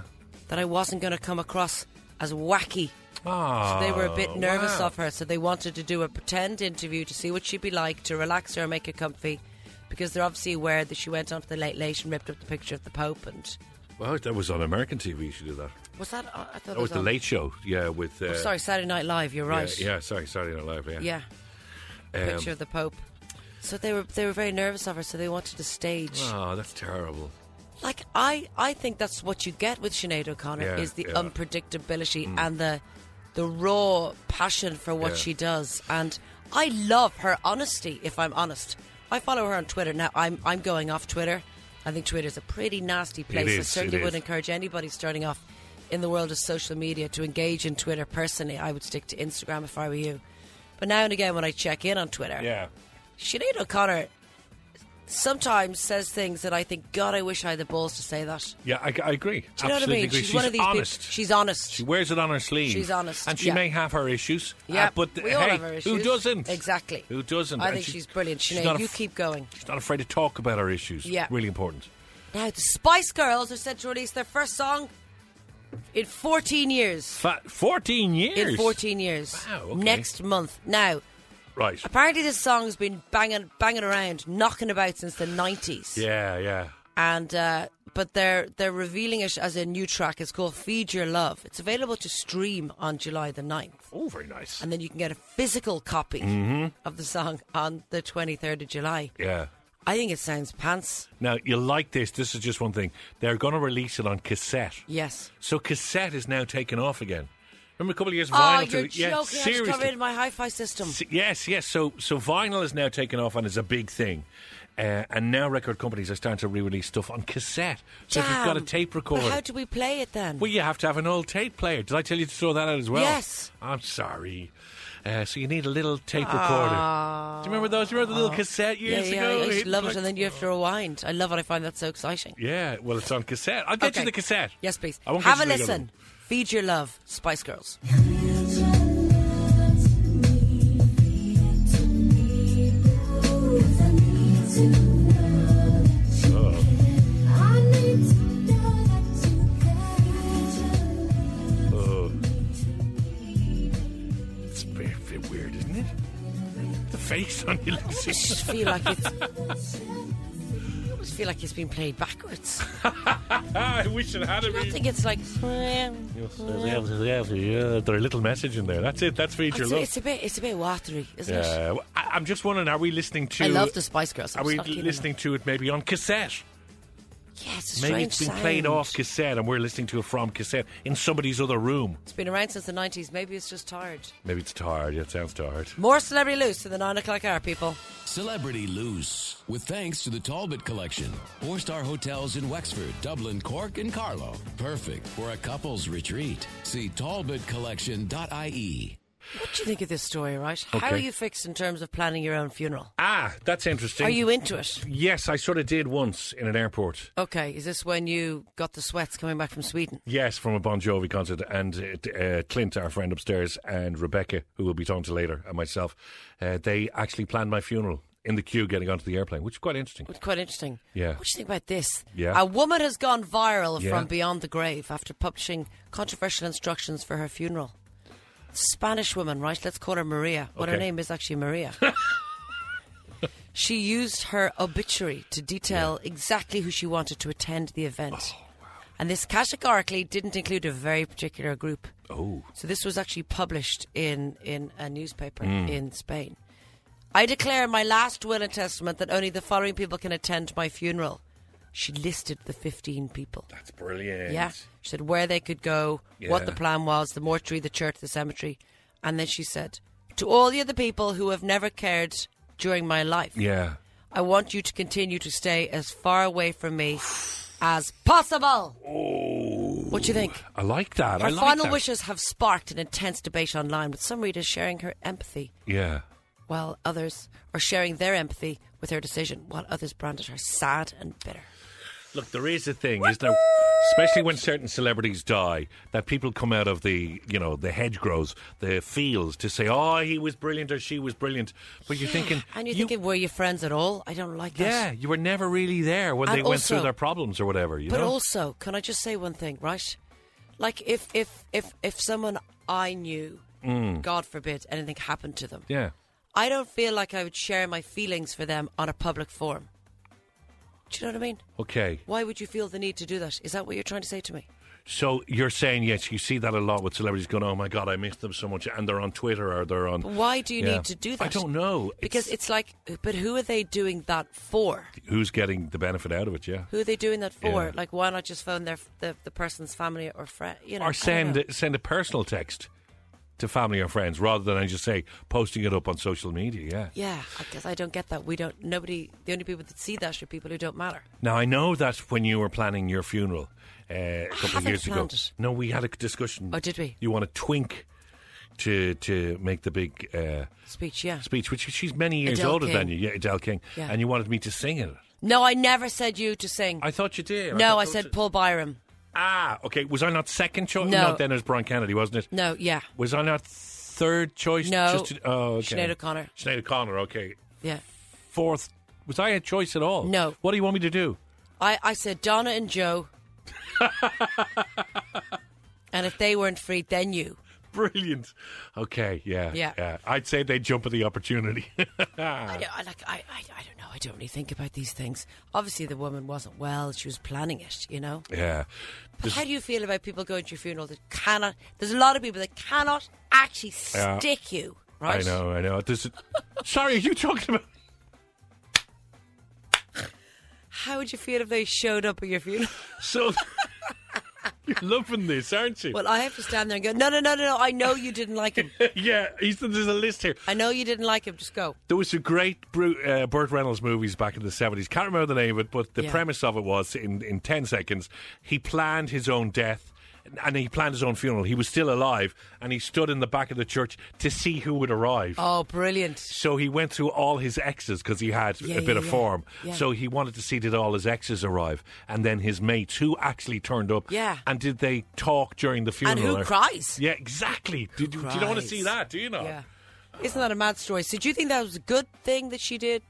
that I wasn't going to come across as wacky. Oh, So they were a bit nervous wow. of her, so they wanted to do a pretend interview to see what she'd be like, to relax her and make her comfy, because they're obviously aware that she went onto the Late Late and ripped up the picture of the Pope. And Well, that was on American TV. She did that. was that? I thought That it Oh, was the on- Late Show. Yeah, with. Uh, Oh, sorry, Saturday Night Live. You're Yeah, right. Yeah, sorry, Saturday Night Live. Yeah. Yeah. Um, picture of the Pope. So they were they were very nervous of her, so they wanted to stage. Oh, that's terrible. Like I, I think that's what you get with Sinead O'Connor Yeah, is the yeah. Mm. unpredictability and the the raw passion for what Yeah. she does. And I love her honesty, if I'm honest. I follow her on Twitter. Now I'm I'm going off Twitter. I think Twitter's a pretty nasty place. is, I it certainly is. would encourage anybody starting off in the world of social media to engage in Twitter personally. I would stick to Instagram if I were you. But now and again when I check in on Twitter, Yeah. Sinead O'Connor sometimes says things that I think, God, I wish I had the balls to say that. Yeah, I, I agree. Do you know what I Absolutely mean? agree. She's, one of these honest. people. She's honest. She wears it on her sleeve. She's honest, and she yeah. may have her issues. uh, yeah, but th- we all hey, have our issues. who doesn't? Exactly. Who doesn't? I And think she- she's brilliant. she's not Sinead, af- you keep going. She's not afraid to talk about her issues. Yeah. really important. Now, the Spice Girls are set to release their first song in 14 years. Fa- Uh, Fourteen years. In 14 years. Wow, okay. Next month. Now, Right. apparently this song has been banging, banging around, knocking about since the 90s. Yeah, yeah. and uh, but they're they're revealing it as a new track. It's called Feed Your Love. It's available to stream on July the 9th. Oh, very nice. Mm-hmm. And then you can get a physical copy of the song on the 23rd of July. yeah. I think it sounds pants. Now you like this. This is just one thing. They're going to release it on cassette. Yes. So cassette is now taken off again. Remember a couple of years of Oh, vinyl? you're took- yeah, joking. I just got seriously. rid of my hi fi system. S- Yes, yes. So, so vinyl is now taken off and is a big thing, uh, and now record companies are starting to re-release stuff on cassette. So if you've got a Damn. tape But how recorder, do we play it then? well, you have to have an old tape player. Did I tell you to throw that out as well? Yes. I'm sorry. Uh, so you need a little tape Ah. recorder. Do you remember those? You remember the little cassette yeah, years Oh. yeah, ago? I used to It- oh. love it, and then you have to rewind. I love it. I find that so exciting. Yeah, well, it's on cassette. I'll get Okay. you the cassette. Yes, please. I won't Have a get you the other listen. Feed Your Love, Spice Girls. one. Oh. It's a bit, bit weird, isn't it? The face on you, I Lucy. just feel [LAUGHS] like it's. I almost feel like it's been played backwards. [LAUGHS] I wish it had I been. think it's like. There's a little message in there. That's it. That's feature It's, love. it's a bit, it's a bit watery, isn't it? Yeah, well, I, I'm just wondering, are we listening to? I love the Spice Girls. I'm Are we just not keen on listening to it maybe on cassette? them. Yeah, it's a Maybe strange it's been sound. played off cassette, and we're listening to it from cassette in somebody's other room. It's been around since the nineties. Maybe it's just tired. Maybe it's tired. Yeah, it sounds tired. More celebrity loose to the nine o'clock hour, people. Celebrity Loose. With thanks to the Talbot Collection, four star hotels in Wexford, Dublin, Cork, and Carlow. Perfect for a couple's retreat. See talbotcollection.ie. What do you think of this story, right? How are Okay. you fixed in terms of planning your own funeral? Ah, that's interesting. Are you into it? Yes, I sort of did once in an airport. Okay, is this when you got the sweats coming back from Sweden? Yes, from a Bon Jovi concert, and uh, uh, Clint, our friend upstairs, and Rebecca, who will be talking to later, and myself, uh, they actually planned my funeral in the queue getting onto the airplane, which is quite interesting. It's quite interesting. Yeah. What do you think about this? Yeah. A woman has gone viral Yeah. from beyond the grave after publishing controversial instructions for her funeral. Spanish woman, right? Let's call her Maria. What her Okay. [LAUGHS] name is actually Maria. She used her obituary to detail exactly who she wanted to attend the event. Oh. And this categorically didn't include a very particular group. Oh. So this was actually published in, in a newspaper Mm. in Spain. I declare in my last will and testament that only the following people can attend my funeral. She listed the 15 people. That's brilliant. Yeah. She said where they could go, what the Yeah. plan was, the mortuary, the church, the cemetery. And then she said, To all the other people who have never cared during my life, Yeah. I want you to continue to stay as far away from me as possible. What do you think? I like that. Her I like final that. wishes have sparked an intense debate online, with some readers sharing her empathy Yeah. while others are sharing their empathy with her decision, while others branded her sad and bitter. Look, there is a thing, is there? Especially when certain celebrities die, that people come out of the, you know, the hedgerows, the fields, to say, "Oh, he was brilliant" or "She was brilliant," but you're thinking, And you're you- thinking, were you friends at all? I don't like that. yeah, you were never really there when And they went through also- their problems or whatever. You But know, also, can I just say one thing, right? Like if if if if someone I knew, God forbid, anything happened to them, Mm. yeah, I don't feel like I would share my feelings for them on a public forum. Do you know what I mean? okay. Why would you feel the need to do that? Is that what you're trying to say to me? So you're saying yes, you see that a lot with celebrities going, "Oh my god, I miss them so much," and they're on Twitter or they're on. But why do you Yeah. need to do that? I don't know Because it's like, but who are they doing that for? who's getting the benefit out of it, yeah. Who are they doing that for? Yeah. Like, why not just phone their the, the person's family or friend? You know, I or don't know. send send a personal text to family or friends rather than I just say posting it up on social media. Yeah. Yeah, I guess I don't get that. We don't. Nobody. The only people that see that are people who don't matter. Now I know that when you were planning your funeral uh, a couple of haven't years ago, planned it. no, we had a discussion. Oh, did we? You want a twink to to make the big uh, Speech. Yeah. speech, which she's many years Adele older than King. you, yeah, Adele King, Yeah. and you wanted me to sing it. No, I never said you to sing. I thought you did. no, thought I that said was- Paul Byram. Ah, okay. Was I not second choice? No. then it was Brian Kennedy, wasn't it? No, yeah, Was I not third choice? No. Just to, oh, okay. Sinead O'Connor. Sinead O'Connor, okay. yeah. Fourth. Was I a choice at all? No. What do you want me to do? I I said Donna and [LAUGHS] Joe. and if they weren't free, then you. Brilliant. Okay, yeah. Yeah. I'd say they'd jump at the opportunity. [LAUGHS] Ah. I, don't, I like I, I I don't know. I don't really think about these things. Obviously, the woman wasn't well. She was planning it. You know. yeah. But how do you feel about people going to your funeral that cannot? There's a lot of people that cannot actually Yeah. stick you. I Right. know, I know. This is- [LAUGHS] sorry, are you talking about. How would you feel if they showed up at your funeral? So. You're loving this, aren't you? [LAUGHS] Well, I have to stand there and go, no, no, no, no, no. I know you didn't like him. [LAUGHS] yeah, he's, there's a list here. I know you didn't like him. Just go. There was some great Bru- uh, Burt Reynolds movies back in the 70s. Can't remember the name of it, but the Yeah. premise of it was in, in 10 seconds, he planned his own death and he planned his own funeral. He was still alive and he stood in the back of the church to see who would arrive. Oh, brilliant. So he went through all his exes because he had Yeah, a bit yeah, of yeah. form. Yeah. So he wanted to see did all his exes arrive and then his mates who actually turned up. Yeah. And did they talk during the funeral? And who or- cries? Yeah, exactly. Did, you- do you don't want to cries? see that, do you not? Yeah. Isn't that a mad story? So, do you think that was a good thing that she did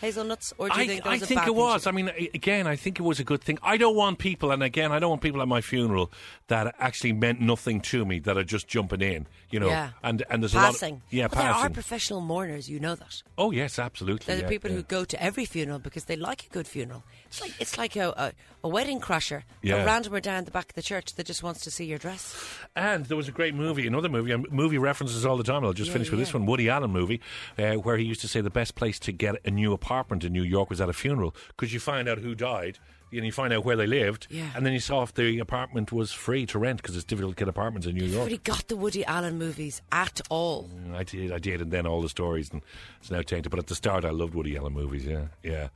hazelnuts, or do you I, think that I was a think bad it thing was. she I mean, a- again, I think it was a good thing. I don't want people, and again, I don't want people at my funeral that actually meant nothing to me that are just jumping in, you know. did? yeah. And and there's a passing. lot. Of, yeah, but There are passing. professional mourners. You know that. oh yes, absolutely. They're yeah, the people yeah. who go to every funeral because they like a good funeral. It's like it's like a a, a wedding crusher, Yeah. a randomer down the back of the church that just wants to see your dress. And there was a great movie, another movie, and movie references all the time. I'll just Yeah, finish with yeah. this one Woody Allen movie, uh, where he used to say the best place to get a new apartment in New York was at a funeral because you find out who died and you find out where they lived. Yeah. And then you saw if the apartment was free to rent because it's difficult to get apartments in New York. Nobody got the Woody Allen movies at all. Mm, I did, I did, and then all the stories, and it's now tainted. But at the start, I loved Woody Allen movies. Yeah, yeah.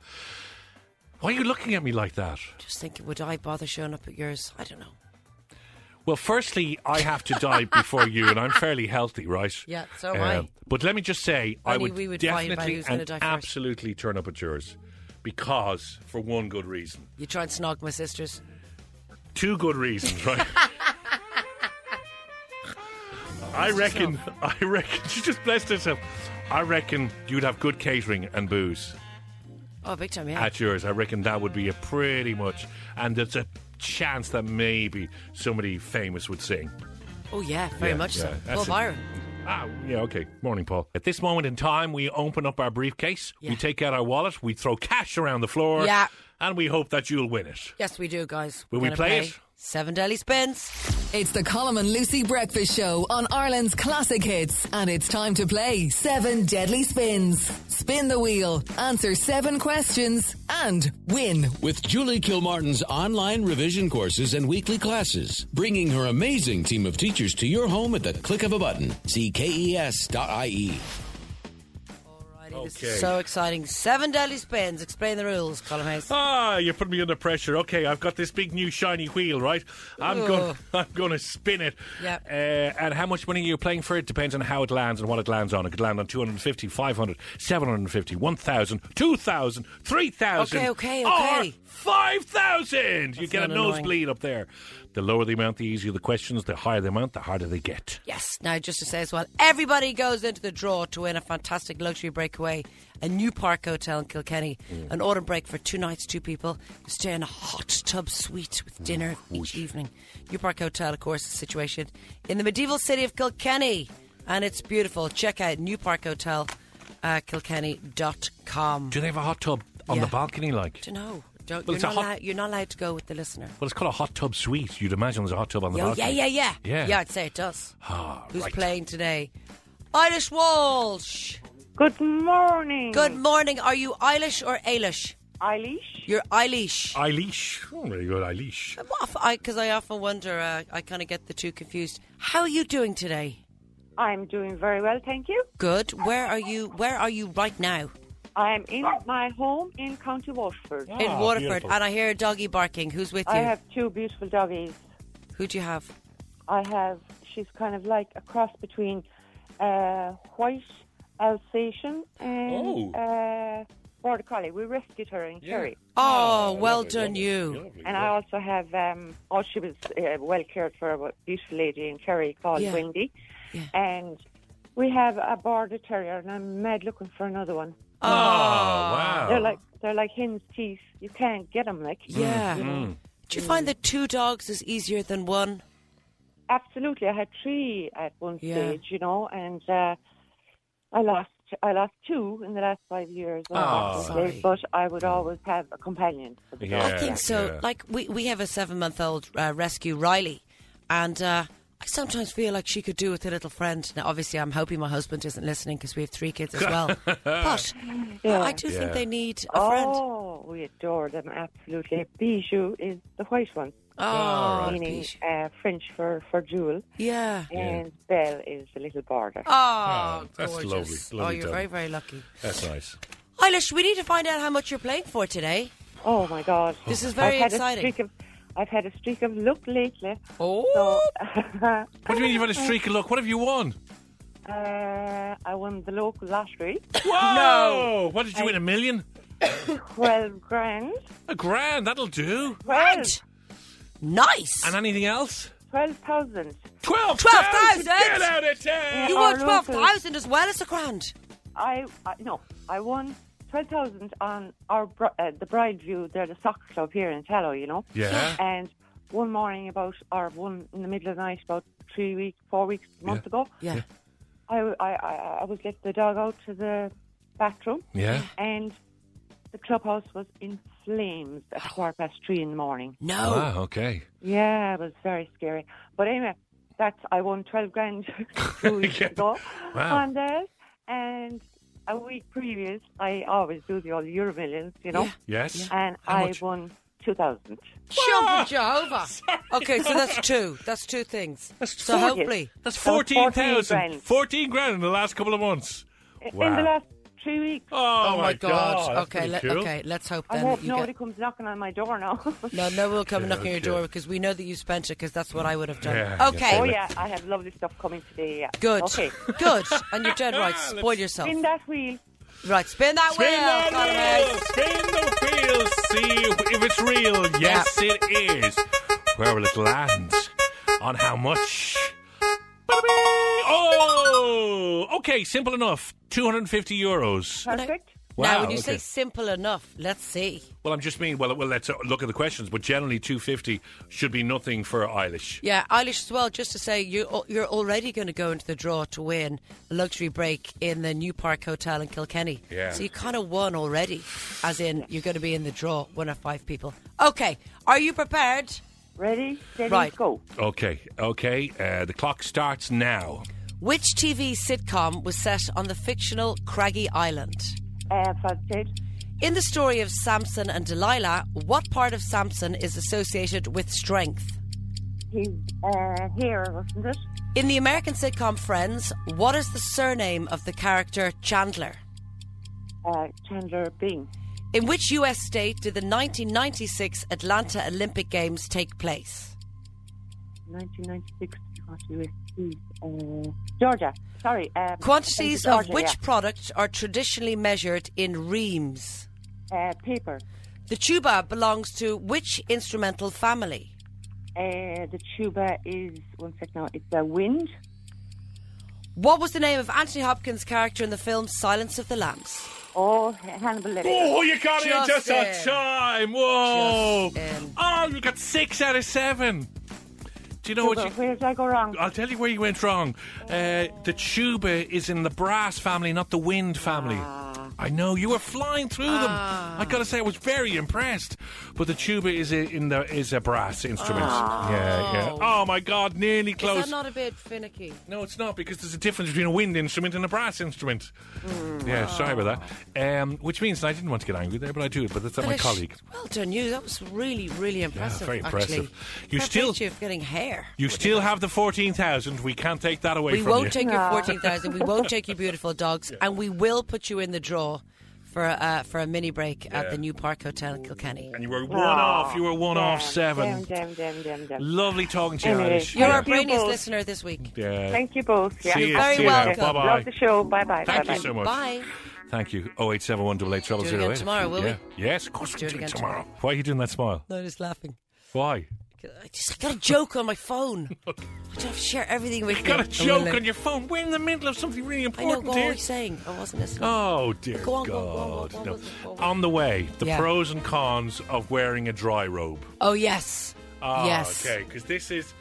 Why are you looking at me like that? Just thinking, would I bother showing up at yours? I don't know. Well, firstly, I have to [LAUGHS] die before you, and I'm fairly healthy, right? Uh, Yeah, so am I. But let me just say, I Only would, we would find out definitely who's gonna and die first. absolutely turn up at yours because, for one good reason, You try and snog my sisters. two good [LAUGHS] reasons, right? I reckon. [LAUGHS] I reckon. She just blessed herself. I reckon you'd have good catering and booze. Oh, big time, yeah. at yours. I reckon that would be a pretty much, and there's a chance that maybe somebody famous would sing. oh, yeah, very Yeah, much yeah, so. that's Paul it. Byron. Ah, yeah, okay. Morning, Paul. At this moment in time, we open up our briefcase, Yeah. we take out our wallet, we throw cash around the floor, Yeah. and we hope that you'll win it. Yes, we do, guys. Will We're we gonna play it? Seven Daily Spins. It's the Colum and Lucy Breakfast Show on Ireland's classic hits, and it's time to play Seven Deadly Spins. Spin the wheel, answer seven questions, and win. With Julie Kilmartin's online revision courses and weekly classes, bringing her amazing team of teachers to your home at the click of a button. See E KES.ie. Alrighty, this Okay. is so exciting. Seven Daily Spins. Explain the rules, Colin Hayes. Ah, you put me under pressure. Okay, I've got this big new shiny wheel, right? I'm going [LAUGHS] I'm going to spin it. Yep. Uh, and how much money you're playing for it depends on how it lands and what it lands on. It could land on 250, 500, 750, 1,000, 2,000, 3,000. Okay, okay, Or okay. 5,000. You That's Ah, get a not annoying. nosebleed up there. The lower the amount, the easier the questions. The higher the amount, the harder they get. Yes. Now, just to say as well, everybody goes into the draw to win a fantastic luxury breakaway, a new park hotel in Kilkenny, Mm. an autumn break for two nights, two people. You stay in a hot tub suite Mm. with dinner each evening. New Park Hotel, of course, is situated in the medieval city of Kilkenny, and it's beautiful. Check out New Park Hotel. Uh, Kilkenny.com. Do they have a hot tub on Yeah. the balcony like? Don't know. Don't, Well, you're, it's a not hot- allowed, you're not allowed to go with the listener. Well, it's called a hot tub suite. You'd imagine there's a hot tub on the Yeah, yeah, balcony. yeah, yeah. Yeah. Yeah, I'd say it does. Ah, Who's right. playing today? Eilish Walsh. Good morning. Good morning. Are you Eilish or Eilish? Eilish. You're Eilish. Eilish. Oh, very good, Eilish. Because I, often wonder, uh, I kind of get the two confused. How are you doing today? I'm doing very well, thank you. Good. Where are you? Where are you right now? I'm in my home in County Waterford. Yeah. In Ah, Waterford, beautiful. and I hear a doggy barking. Who's with you? I have two beautiful doggies. Who do you have? I have. She's kind of like a cross between uh, white Alsatian and Oh. uh, border collie. We rescued her in Kerry, Oh, well done, you. and I also have. Um, oh, she was uh, well cared for, a beautiful lady in Kerry called Yeah. Wendy, Yeah. and we have a border terrier, and I'm mad looking for another one. Oh, wow. They're like they're like hen's teeth. You can't get them, like Yeah. Mm-hmm. Do you find that two dogs is easier than one? Absolutely, I had three at one Yeah. stage, you know, and uh, I lost I lost two in the last five years. when I Oh, lost them, sorry. but I would always have a companion. For the Yeah. dog. I think so. yeah. Like we, we have a seven month old uh, rescue Riley, and uh, I sometimes feel like she could do with a little friend. Now, obviously, I'm hoping my husband isn't listening because we have three kids [LAUGHS] as well. but Yeah. I do Yeah. think they need a friend. Oh, we adore them absolutely. Bijou is the white one, Oh, meaning Peach. uh, French for for jewel, yeah. and Belle is the little border. Ah. Oh, that's gorgeous. lovely. oh, Lovely you're done. very, very lucky. That's nice. Eilish, we need to find out how much you're playing for today. Oh my God! This is very I've had exciting. A streak of, I've had a streak of luck lately. Oh, So, What do you mean you've had a Uh, streak of luck? What have you won? [LAUGHS] uh, I won the local lottery, Whoa! Oh, What did you win? A million? [LAUGHS] twelve grand. A grand? That'll do. Twelve, nice. And anything else? twelve thousand. Twelve. 12,000? Get out of town. you Our won 12,000 as well as a grand. Oh, I, I no, I won twelve thousand on our br- uh, the Bride View. They're the soccer club here in Tallow, you know. Yeah. And one morning, about or one in the middle of the night, about three weeks, four weeks, month ago, Yeah. I, I I I was getting the dog out to the bathroom, Yeah. and the clubhouse was in flames at quarter past three in the morning. No. Wow. Okay. Yeah, it was very scary. But anyway, that's I won twelve grand [LAUGHS] [LAUGHS] two weeks ago Wow. on this, and a week previous I always do the old Euro Millions, you know, Yes. and How I much? won two thousand. Ah! Jump for Jehovah. Okay, [LAUGHS] so that's two. That's two things. so four. hopefully, That's So 14 14,000. grand. 14 grand in the last couple of months. Wow. In the last three weeks, oh, oh my God. that's okay, pretty let, cool. okay, let's hope I then hope that you nobody get. comes knocking on my door now. [LAUGHS] No, no, we'll come knocking your okay. door because we know that you spent it because that's what I would have done. Yeah, okay, oh yeah, I have lovely stuff coming today. Yeah. good, Okay. [LAUGHS] good, and you're [LAUGHS] dead right. Ah, Spoil yourself. In that wheel, right, spin that Spin wheel. that wheel. Conrad. Spin the wheel. See if it's real. Yes, it is. Where will it land? On how much? Oh, okay. Simple enough. 250 euros. perfect. now, Wow, when you say okay. simple enough, let's see. Well, I'm just mean. Well, well, let's uh, look at the questions. But generally, 250 should be nothing for Eilish. Yeah, Eilish as well. Just to say, you you're already going to go into the draw to win a luxury break in the New Park Hotel in Kilkenny. Yeah. So you kind of won already, as in you're going to be in the draw, one of five people. Okay, are you prepared? Ready? Steady, Right. go. Okay, okay. Uh, the clock starts now. Which TV sitcom was set on the fictional Craggy Island? Uh, Fazit, In the story of Samson and Delilah, what part of Samson is associated with strength? his uh, hair, wasn't it? In the American sitcom Friends, what is the surname of the character Chandler? Uh, Chandler Bing. In which US state did the 1996 Atlanta Olympic Games take place? 1996, what US is, uh, Georgia. Sorry. Um, Quantities Georgia, of which product are traditionally measured in reams? yeah. uh, paper? The tuba belongs to which instrumental family? Uh, the tuba is one sec now. It's a wind. What was the name of Anthony Hopkins' character in the film Silence of the Lambs? Oh, Hannibal Lecter. Oh, you got it just on Justin. time! Whoa! Justin. Oh, you got six out of seven. Do you know Tuba, what? You, Where did I go wrong? I'll tell you where you went wrong. Uh, the tuba is in the brass family, not the wind family. Ah. I know you were flying through them. I gotta say, I was very impressed. But the tuba is a, in the is a brass instrument. Ah. Yeah, yeah. Oh my God, nearly close. a bit finicky? No, it's not because there's a difference between a wind instrument and a brass instrument. Mm. Yeah, sorry about that. Um, which means and I didn't want to get angry there, but I do. But that's at my colleague. Well done, you. That was really, really impressive. very actually. impressive. You Fair still- play to you for getting hair. You still have the fourteen thousand. We can't take that away We from won't you. take your fourteen thousand. We won't take your beautiful [LAUGHS] dogs, and we will put you in the draw for uh, for a mini break at the New Park Hotel in Kilkenny. and you were one off. You were one off Damn, seven. damn, damn, damn, damn. Lovely talking to you, Anyway, Irish. You're Yeah. our Thank you brainiest both. listener this week. yeah. Thank you both. Yeah. See you, Very see you welcome. now. Bye Love bye. the show. Bye bye. Thank bye you so much. Bye. Thank you. Oh eight seven one double eight trouble Do it zero again eight. tomorrow, will we? yeah. Yes, of course we'll Do it do it again tomorrow. Why are you doing that smile? No, just laughing. Why? I just I got a joke on my [LAUGHS] phone. I don't have to share everything with you. Got a I'm joke like- on your phone. We're in the middle of something really I know important what I here. was saying. I wasn't listening. Oh dear Go on, God! go on, go on, go on, No. go on, go on. On the way, the Yeah. pros and cons of wearing a dry robe. Oh yes. Ah, yes. Okay, because this is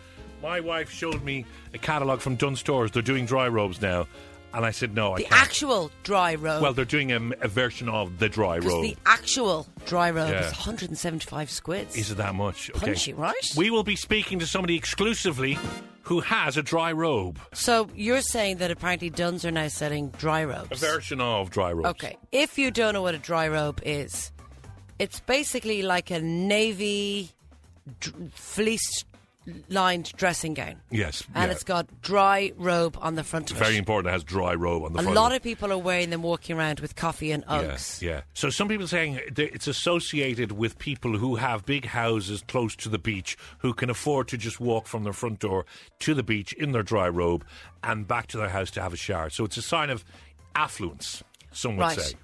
my wife showed me a catalogue from Dunn Stores. They're doing dry robes now, and I said no, I The can't. actual dry robe. well, they're doing a, a version of the dry 'Cause robe. Um, the actual dry robe Yeah. is 175 squids. Is it that much? Okay. Punchy, right? We will be speaking to somebody exclusively who has a dry robe, so you're saying that apparently Duns are now selling dry robes. a version of dry robes. Okay. If you don't know what a dry robe is, it's basically like a navy d- fleece lined dressing gown. Yes, And yeah. it's got dry robe on the front of Very it. important. It has dry robe on the A front. lot it. of people are wearing them walking around with coffee and Uggs. Yeah, yeah. So some people saying that it's associated with people who have big houses close to the beach who can afford to just walk from their front door to the beach in their dry robe and back to their house to have a shower. So it's a sign of affluence, some would Right. say.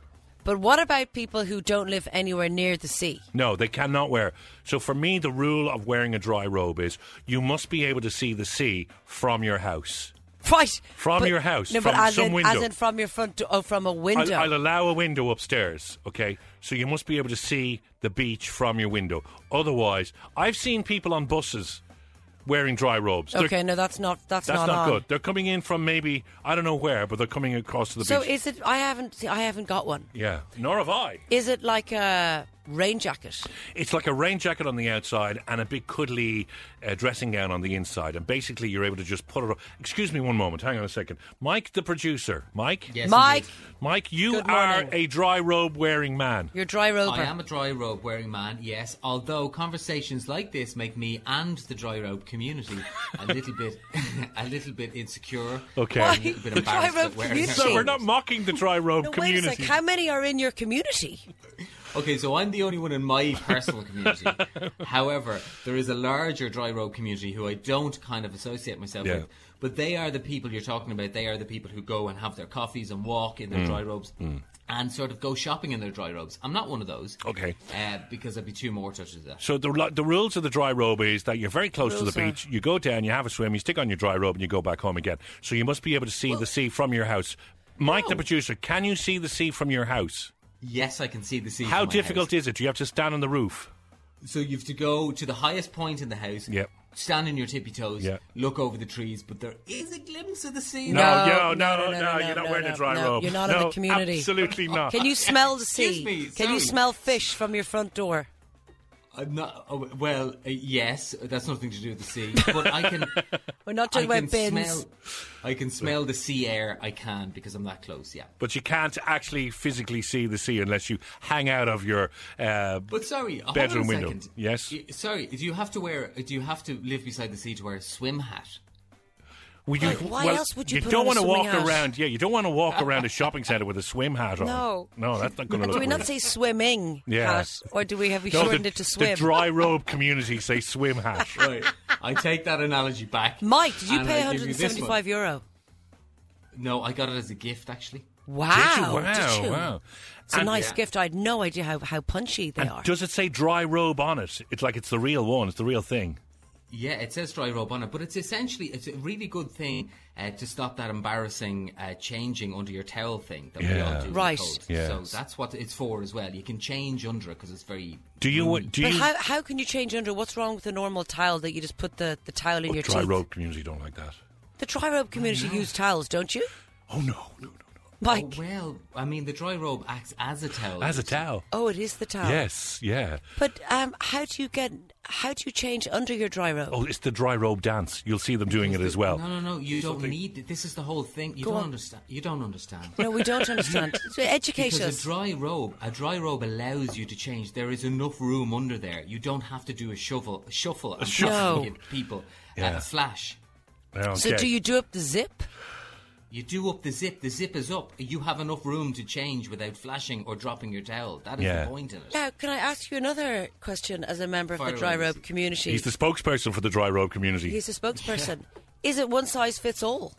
But what about people who don't live anywhere near the sea? No, they cannot wear. So for me, the rule of wearing a dry robe is you must be able to see the sea from your house. Right. From your house, No, but from as some in, window. As in from your front door, oh, from a window. I'll, I'll allow a window upstairs, okay? So you must be able to see the beach from your window. Otherwise, I've seen people on buses wearing dry robes. They're- okay, no, that's not that's, that's not, on. good. They're coming in from maybe I don't know where, but they're coming across to the So beach. is it? I haven't. See, I haven't got one. yeah, nor have I. Is it like a rain jacket? It's like a rain jacket on the outside and a big cuddly uh, dressing gown on the inside, and basically you're able to just put it. up. Excuse me one moment. Hang on a second, Mike, the producer. Mike, Mike, Mike, you Good are morning. a dry robe wearing man. you're dry rober. I am a dry robe wearing man, yes, although conversations like this make me and the dry robe [LAUGHS] community a little bit [LAUGHS] a little bit insecure. Okay. and Why? A little bit The dry embarrassed robe at wearing community. our So we're robes. not mocking the dry robe no, wait a Oh, community. sec. How many are in your community? Okay, so I'm the only one in my personal [LAUGHS] community. However, there is a larger dry robe community who I don't kind of associate myself Yeah. with. But they are the people you're talking about. They are the people who go and have their coffees and walk in their Mm. dry robes and sort of go shopping in their dry robes. I'm not one of those. Okay. Uh, because I'd be too more touches of that. So the ru- the rules of the dry robe is that you're very close to Rules the beach. You go down, you have a swim, you stick on your dry robe, and you go back home again. So you must be able to see the sea from your house. Mike, the producer, can you see the sea from your house? Yes, I can see the sea. How from my difficult house. is it? Do you have to stand on the roof? So you've to go to the highest point in the house. Yep. Stand on your tippy toes. Yeah. Look over the trees, but there is a glimpse of the sea. No, No, no, no, no, no, no, you're not no, wearing no, a dry no. robe. You're not in no, the community. Absolutely not. Can you [LAUGHS] smell the Excuse sea? me, Can sorry. you smell fish from your front door? I'm not. Oh, well, uh, yes, that's nothing to do with the [LAUGHS] sea, but I can. We're not I talking can about bins. smell. I can smell the sea air. I can because I'm that close. Yeah. But you can't actually physically see the sea unless you hang out of your. Uh, But sorry, hold Bedroom on a window. second. Yes. Y- Sorry, do you have to wear? Do you have to live beside the sea to wear a swim hat? will you, why well, else would you put don't on a want to swimming walk hat? around. Yeah, you don't want to walk around a shopping centre with a swim hat on. No. no, that's not going to And look. do we not good. say swimming, Yeah. Kat? Or do we have we No, shortened the, it to swim? The dry robe community say swim hat. [LAUGHS] Right. I take that analogy back. Mike, did you and pay I give you this one. 175 euro? No, I got it as a gift actually. Wow. Did you? Wow, did you? wow. It's a And- nice yeah. gift. I had no idea how, how punchy they And are. does it say dry robe on it? It's like it's the real one. It's the real thing. Yeah, it says dry robe on it, but it's essentially it's a really good thing uh, to stop that embarrassing uh, changing under your towel thing that we Yeah. all do. in the Right. cold. Yes. So that's what it's for as well. You can change under it because it's very. Do you? Do Mm. but you? how, how can you change under? What's wrong with the normal towel that you just put the, the towel in Oh, your dry teeth? robe community don't like that. The dry robe community use towels, don't you? Oh no, no, no, Mike. Oh, well, I mean, the dry robe acts as a towel. no. As a towel. Oh, it is the towel. Yes, yeah. But um, how do you get? How do you change under your dry robe? Oh, it's the dry robe dance. You'll see them doing it as well. No, no, no. You don't need it. This is the whole thing. You Go don't on. understand. You don't understand. No, [LAUGHS] [LAUGHS] we don't understand. so educate Because us. a dry robe, a dry robe allows you to change. There is enough room under there. You don't have to do a shovel, a shuffle, and shuffle. give people Yeah. a flash. Okay. So do you do up the zip? You do up the zip. The zip is up. You have enough room to change without flashing or dropping your towel. That is Yeah. the point in it. Now, can I ask you another question as a member of the Fire dry away. robe community? He's the spokesperson for the dry robe community. He's a [LAUGHS] spokesperson. Is it one size fits all?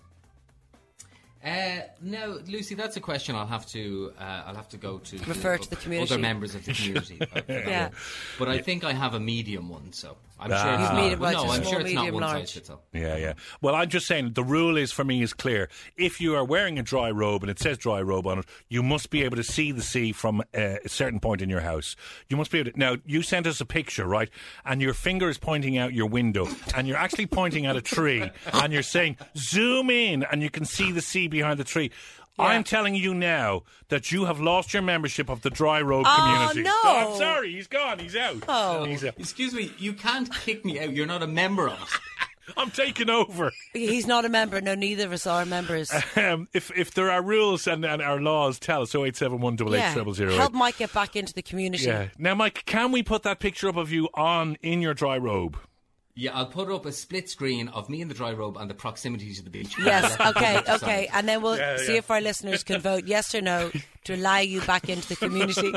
Uh, no, Lucy, that's a question I'll have to uh, I'll have to go to Refer to the community. other members of the [LAUGHS] community. for that Yeah. one. but I think I have a medium one, so I'm Ah. sure it's You've not. medium, right, no, so I'm small, sure it's not medium, one large. size fits all. Uh-huh. Yeah, yeah. Well, I'm just saying the rule is for me is clear. If you are wearing a dry robe and it says dry robe on it, you must be able to see the sea from uh, a certain point in your house. You must be able to. Now, you sent us a picture, right? And your finger is pointing out your window and you're actually pointing at a [LAUGHS] tree and you're saying, zoom in and you can see the sea behind the tree. I'm telling you now that you have lost your membership of the dry robe Oh, community. no. I'm sorry, he's gone. He's out. Oh. He's out. Excuse me, you can't kick me out. You're not a member of it. [LAUGHS] I'm taking over. He's not a member. No, neither of us [LAUGHS] are members. um, if if there are rules and, and our laws, tell us. Oh eight seven one double eight yeah. triple zero. Help Mike get back into the community. Yeah. Now, Mike, can we put that picture up of you on in your dry robe? Yeah, I'll put up a split screen of me in the dry robe and the proximity to the beach. [LAUGHS] [LAUGHS] Yes, Let the okay, judges okay. decide. And then we'll Yeah, see yeah. if our listeners can vote yes or no to allow you back into [LAUGHS] the community.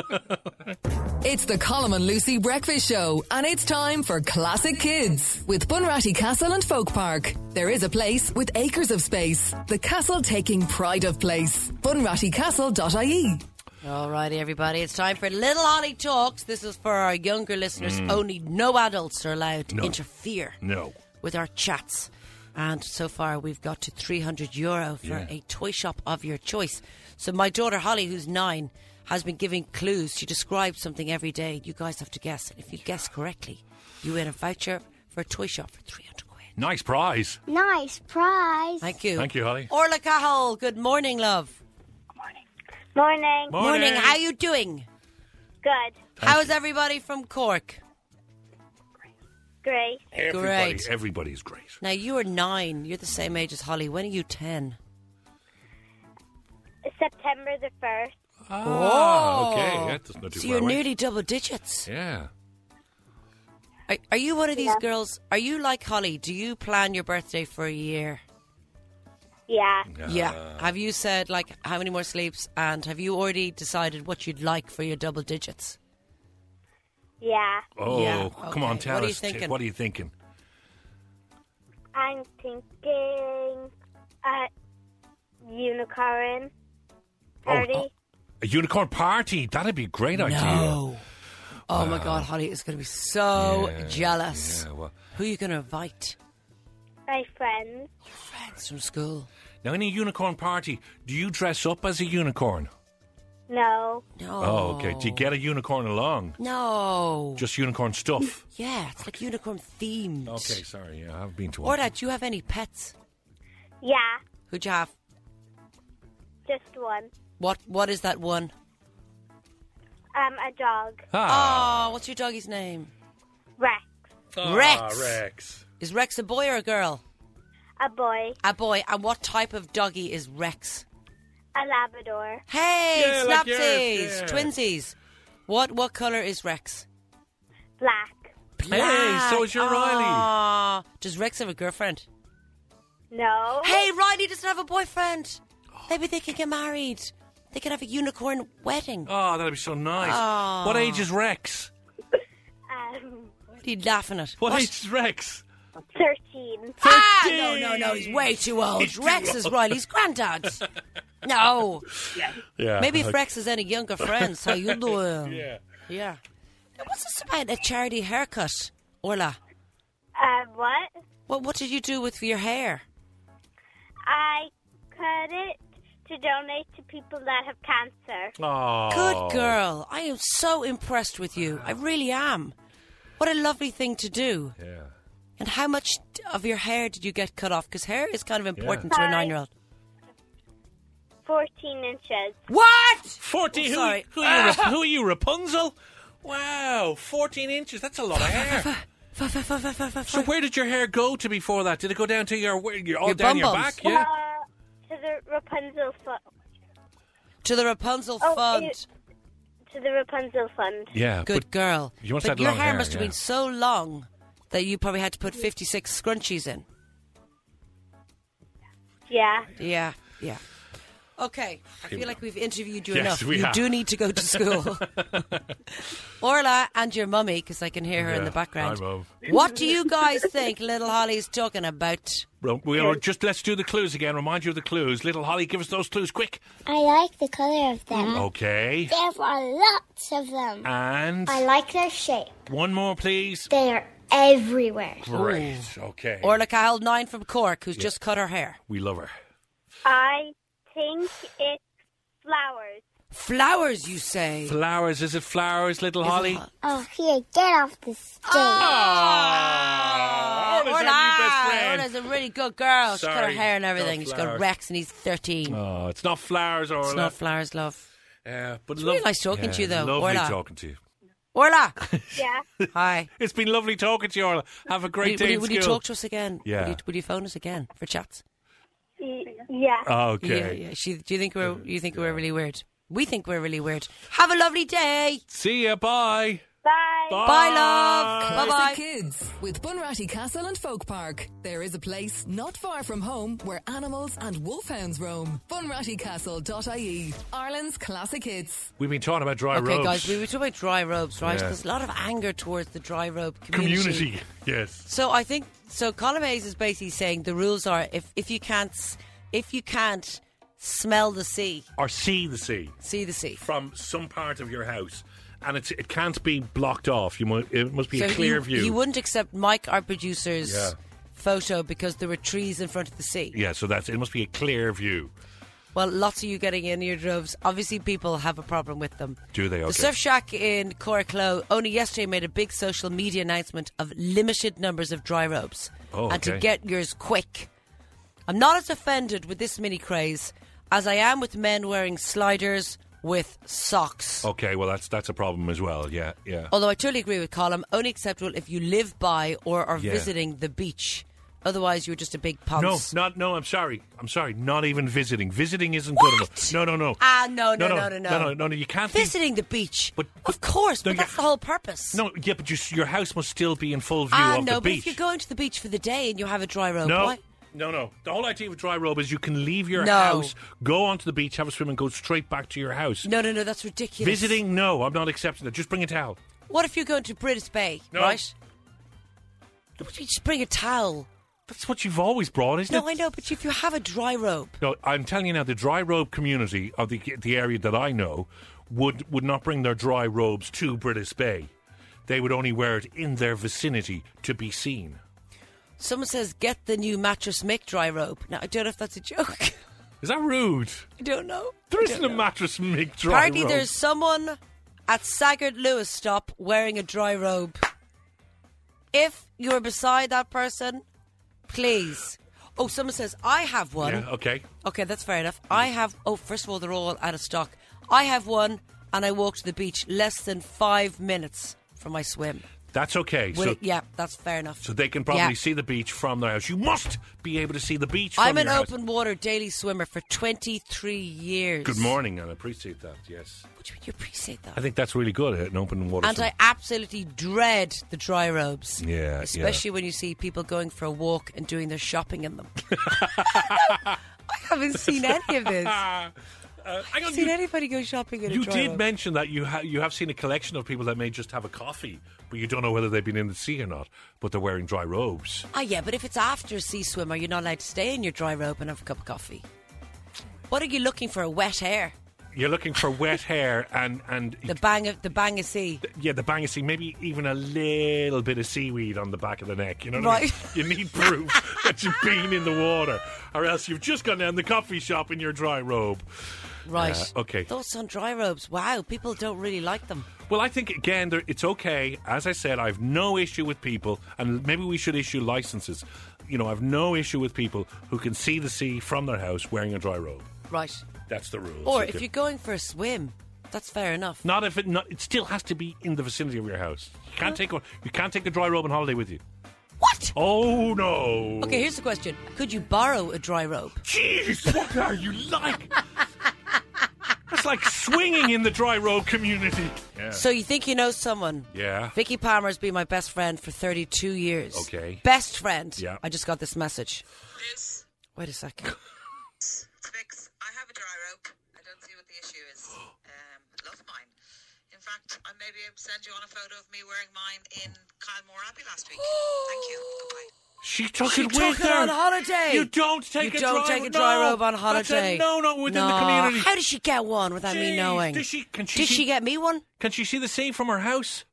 It's the Colum and Lucy Breakfast Show, and it's time for Classic Kids with Bunratty Castle and Folk Park. There is a place with acres of space. The castle taking pride of place. BunrattyCastle.ie. All righty, everybody. It's time for Little Holly Talks. This is for our younger listeners only. No adults are allowed to interfere Mm. No. with our chats. And so far, we've got to 300 euro for a toy shop of your choice. So, my daughter Holly, who's nine, has been giving clues. She describes something every day. You guys have to guess. And if you guess correctly, you win a voucher for a toy shop for 300 quid. Nice prize. Nice prize. Thank you. Thank you, Holly. Orla Cahill, good morning, love. Morning. Morning. How you doing? Good. How's everybody from Cork? Great. Everybody, Great. Everybody's great. Now you are nine. You're the same age as Holly. When are you ten? September the 1st. Ah, okay. That doesn't do So well, you're right? nearly double digits. Yeah. Are, are you one of these girls? Are you like Holly? Do you plan your birthday for a year? Yeah. yeah. Have you said like how many more sleeps? And have you already decided what you'd like for your double digits? Yeah. Oh, Yeah, come on, okay. tell What are you us. T- thinking? What are you thinking? I'm thinking a unicorn party. Oh, a unicorn party. That'd be a great idea. No. Oh my God, Holly is going to be so jealous. Yeah, well. Who are you going to invite? My friends. Friends from school. Now, in a unicorn party, do you dress up as a unicorn? No. Oh, okay. Do you get a unicorn along? No. Just unicorn stuff. Yeah, it's like unicorn themed. okay, sorry. Yeah, I've been to one. Orla, do you have any pets? Yeah, Who'd you have? just one. What What is that one? Um, a dog. Ah. Oh, what's your doggy's name? Rex. Rex. Is Rex a boy or a girl? A boy. A boy. And what type of doggy is Rex? A Labrador. Hey, Yeah, snapsies, like yours, yeah. twinsies. What What color is Rex? Black. Hey, so is your Riley. Ah, Does Rex have a girlfriend? No. Hey, Riley doesn't have a boyfriend. Maybe they could get married. They could have a unicorn wedding. Oh, that'd be so nice. Aw. What age is Rex? Um, What are you laughing at? What, age is Rex? 13. Ah, no, no, no, he's way too old. He's too Rex is old. Riley's granddad. no. [LAUGHS] Yeah. Maybe if okay. Rex has any younger friends, how you [LAUGHS] doing? Yeah. Yeah. Now, What's this about a charity haircut, Orla? Um, what? What What did you do with your hair? I cut it to donate to people that have cancer. Good girl. I am so impressed with you. I really am. What a lovely thing to do. Yeah. And how much d- of your hair did you get cut off? Because hair is kind of important to a Hi. nine year old. 14 inches. What? 40? Oh, who, sorry. Who, are you, [LAUGHS] Rap- who are you, Rapunzel? Wow, 14 inches. That's a lot of hair. So where did your hair go to before that? Did it go down to your, where- your all Your down your bum-bums. back? Yeah. Uh, to the Rapunzel Fund. To the Rapunzel Oh, Fund. it- to the Rapunzel Fund. Yeah. Good girl. You must but have your long hair hair, must have yeah. been so long that you probably had to put 56 scrunchies in. Yeah. Yeah, yeah. Okay, I feel like we've interviewed you Yes, enough. we you have. do need to go to school. Orla and your mummy, because I can hear her in the background. Hi, Mum. What do you guys think Little Holly's talking about? Well, we are just let's do the clues again. Remind you of the clues, little Holly. Give us those clues quick. I like the colour of them. Mm. Mm-hmm. Okay. There are lots of them. And I like their shape. one more, please. They are everywhere. Great. Okay. Orla Cahill, nine from Cork, who's just cut her hair. We love her. I think it's flowers. Flowers, you say? Flowers. Is it flowers, little Holly? Oh, here, get off the stage. Ah, Orla's our new best friend. Orla's a really good girl. She's got her Sorry, hair and no everything. She's got flowers. Rex and he's 13. Oh, it's not flowers, Orla. It's not flowers, love. Yeah, but It's lov- really nice talking Yeah, to you, though, Lovely Orla. talking to you. [LAUGHS] Orla! Yeah. [LAUGHS] Hi. It's been lovely talking to you, Orla. Have a great will, day. will you, in will you school. talk to us again? Yeah. Will you, will you phone us again for chats? Y- yeah. [LAUGHS] Uh, Okay. Yeah, yeah. She, do you think we're you think we're really weird? We think we're really weird. Have a lovely day. See ya. Bye. Bye. Bye. Bye, love. Bye, Classic bye. Kids with Bunratty Castle and Folk Park. There is a place not far from home where animals and wolfhounds roam. Bunrattycastle.ie. Ireland's classic hits. We've been talking about dry okay, robes. guys, we were talking about dry robes, right? Yeah. There's a lot of anger towards the dry robe community. Community. Yes. So I think so. Colin Hayes is basically saying the rules are if if you can't s- if you can't smell the sea, Or see the sea. see the sea. from some part of your house, and it's, it can't be blocked off. You mu it must be so a clear you, view. You wouldn't accept Mike, our producer's Yeah. photo, because there were trees in front of the sea. yeah, so that's it. Must be a clear view. Well, lots of you getting in eardrobes. Obviously, people have a problem with them. Do they? Okay. The Surf Shack in Coraclow only yesterday made a big social media announcement of limited numbers of dry robes. Oh, And to okay. get yours quick. I'm not as offended with this mini craze as I am with men wearing sliders with socks. okay, well that's that's a problem as well. Yeah, yeah. Although I totally agree with Colm, only acceptable if you live by or are Yeah. visiting the beach. Otherwise, you're just a big pump. No, not no. I'm sorry. I'm sorry. Not even visiting. Visiting isn't good enough. No, no, no. Ah, no, no, no, no, no, no. no, no, no, You can't be- Visiting the beach. But, Of course, No, but you- that's the whole purpose. no, yeah, but you, your house must still be in full view ah, of no, the but if beach. you're going to the beach for the day and you have a dry robe, no, why? no, no. The whole idea of a dry robe is you can leave your No. house, go onto the beach, have a swim, and go straight back to your house. No, no, no, that's ridiculous. Visiting? No, I'm not accepting that. Just bring a towel. What if you're going to British Bay, No. right? But you just bring a towel. That's what you've always brought, isn't it? No, I know, but if you have a dry robe, No, I'm telling you now, the dry robe community of the the area that I know would would not bring their dry robes to British Bay. They would only wear it in their vicinity to be seen. someone says, get the new mattress Mick dry robe. Now, I don't know if that's a joke. Is that rude? I don't know. There isn't a mattress make [LAUGHS] dry Apparently, rope. there's someone at Saggart Lewis stop wearing a dry robe. If you're beside that person, please. Oh, someone says I have one. Yeah, okay. Okay, that's fair enough. I have. Oh, first of all, they're all out of stock. I have one, and I walked to the beach less than five minutes from my swim. That's okay. Will so, it- yeah, that's fair enough. so they can probably Yeah. see the beach from their house. You must be able to see the beach from I'm an your house. open water daily swimmer for 23 years. Good morning, and I appreciate that. Yes, What do you mean you appreciate that? I think that's really good. eh? An open water. And swim. I absolutely dread the dry robes. Yeah, Especially when you see people going for a walk and doing their shopping [LAUGHS] in them. I haven't seen any [LAUGHS] of this. I Uh, haven't seen anybody go shopping in you a dry did robe. mention that you ha- you have seen a collection of people that may just have a coffee, but you don't know whether they've been in the sea or not. But they're wearing dry robes. Ah, yeah, but if it's after a sea swim, are you not allowed to stay in your dry robe and have a cup of coffee? What are you looking for? Wet hair, You're looking for [LAUGHS] wet hair and and the bang of the bang of sea. yeah, the bang of sea. Maybe even a little bit of seaweed on the back of the neck. You know, what Right. I mean? [LAUGHS] You need [LAUGHS] proof that you've been in the water, or else you've just gone down the coffee shop in your dry robe. Right. Uh, okay. Those on dry robes. Wow, people don't really like them. Well, I think again, there, it's okay. As I said, I have no issue with people, and maybe we should issue licenses. You know, I have no issue with people who can see the sea from their house wearing a dry robe. Right. That's the rule. Or if you're going for a swim, that's fair enough. not if it not, it still has to be in the vicinity of your house. You can't take one. You can't take a dry robe on holiday with you. What? Oh no. Okay, here's the question: Could you borrow a dry robe? Jeez, what are you like? That's like swinging in the dry robe community. Yeah. So you think you know someone? yeah. Vicky Palmer's been my best friend for 32 years. Okay. Best friend. Yeah. I just got this message. Wait a second. Vix, I have a dry rope. I don't see what the issue is. Um, I love mine. In fact, I may be able to send you on a photo of me wearing mine in Kylemore Abbey last week. Thank you. Goodbye. She took She it took with it her on holiday. You don't take You a don't dry take a dry no, robe on that's a holiday. no, no, within the No. community. How did she get one without me Jeez, knowing? Did she? Can she? Did see- she get me one? Can she see the sea from her house?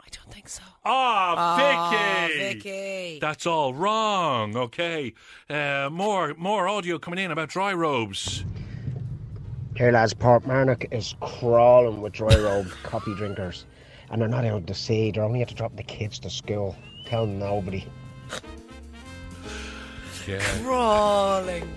I don't think so. Ah, Ah, Vicky. Vicky. That's all wrong. Okay. Uh, more more audio coming in about dry robes. Here, lads, Portmarnock is crawling with dry [LAUGHS] robed coffee drinkers, and they're not out to sea. They're only out to drop the kids to school. Tell nobody. Yeah. Crawling.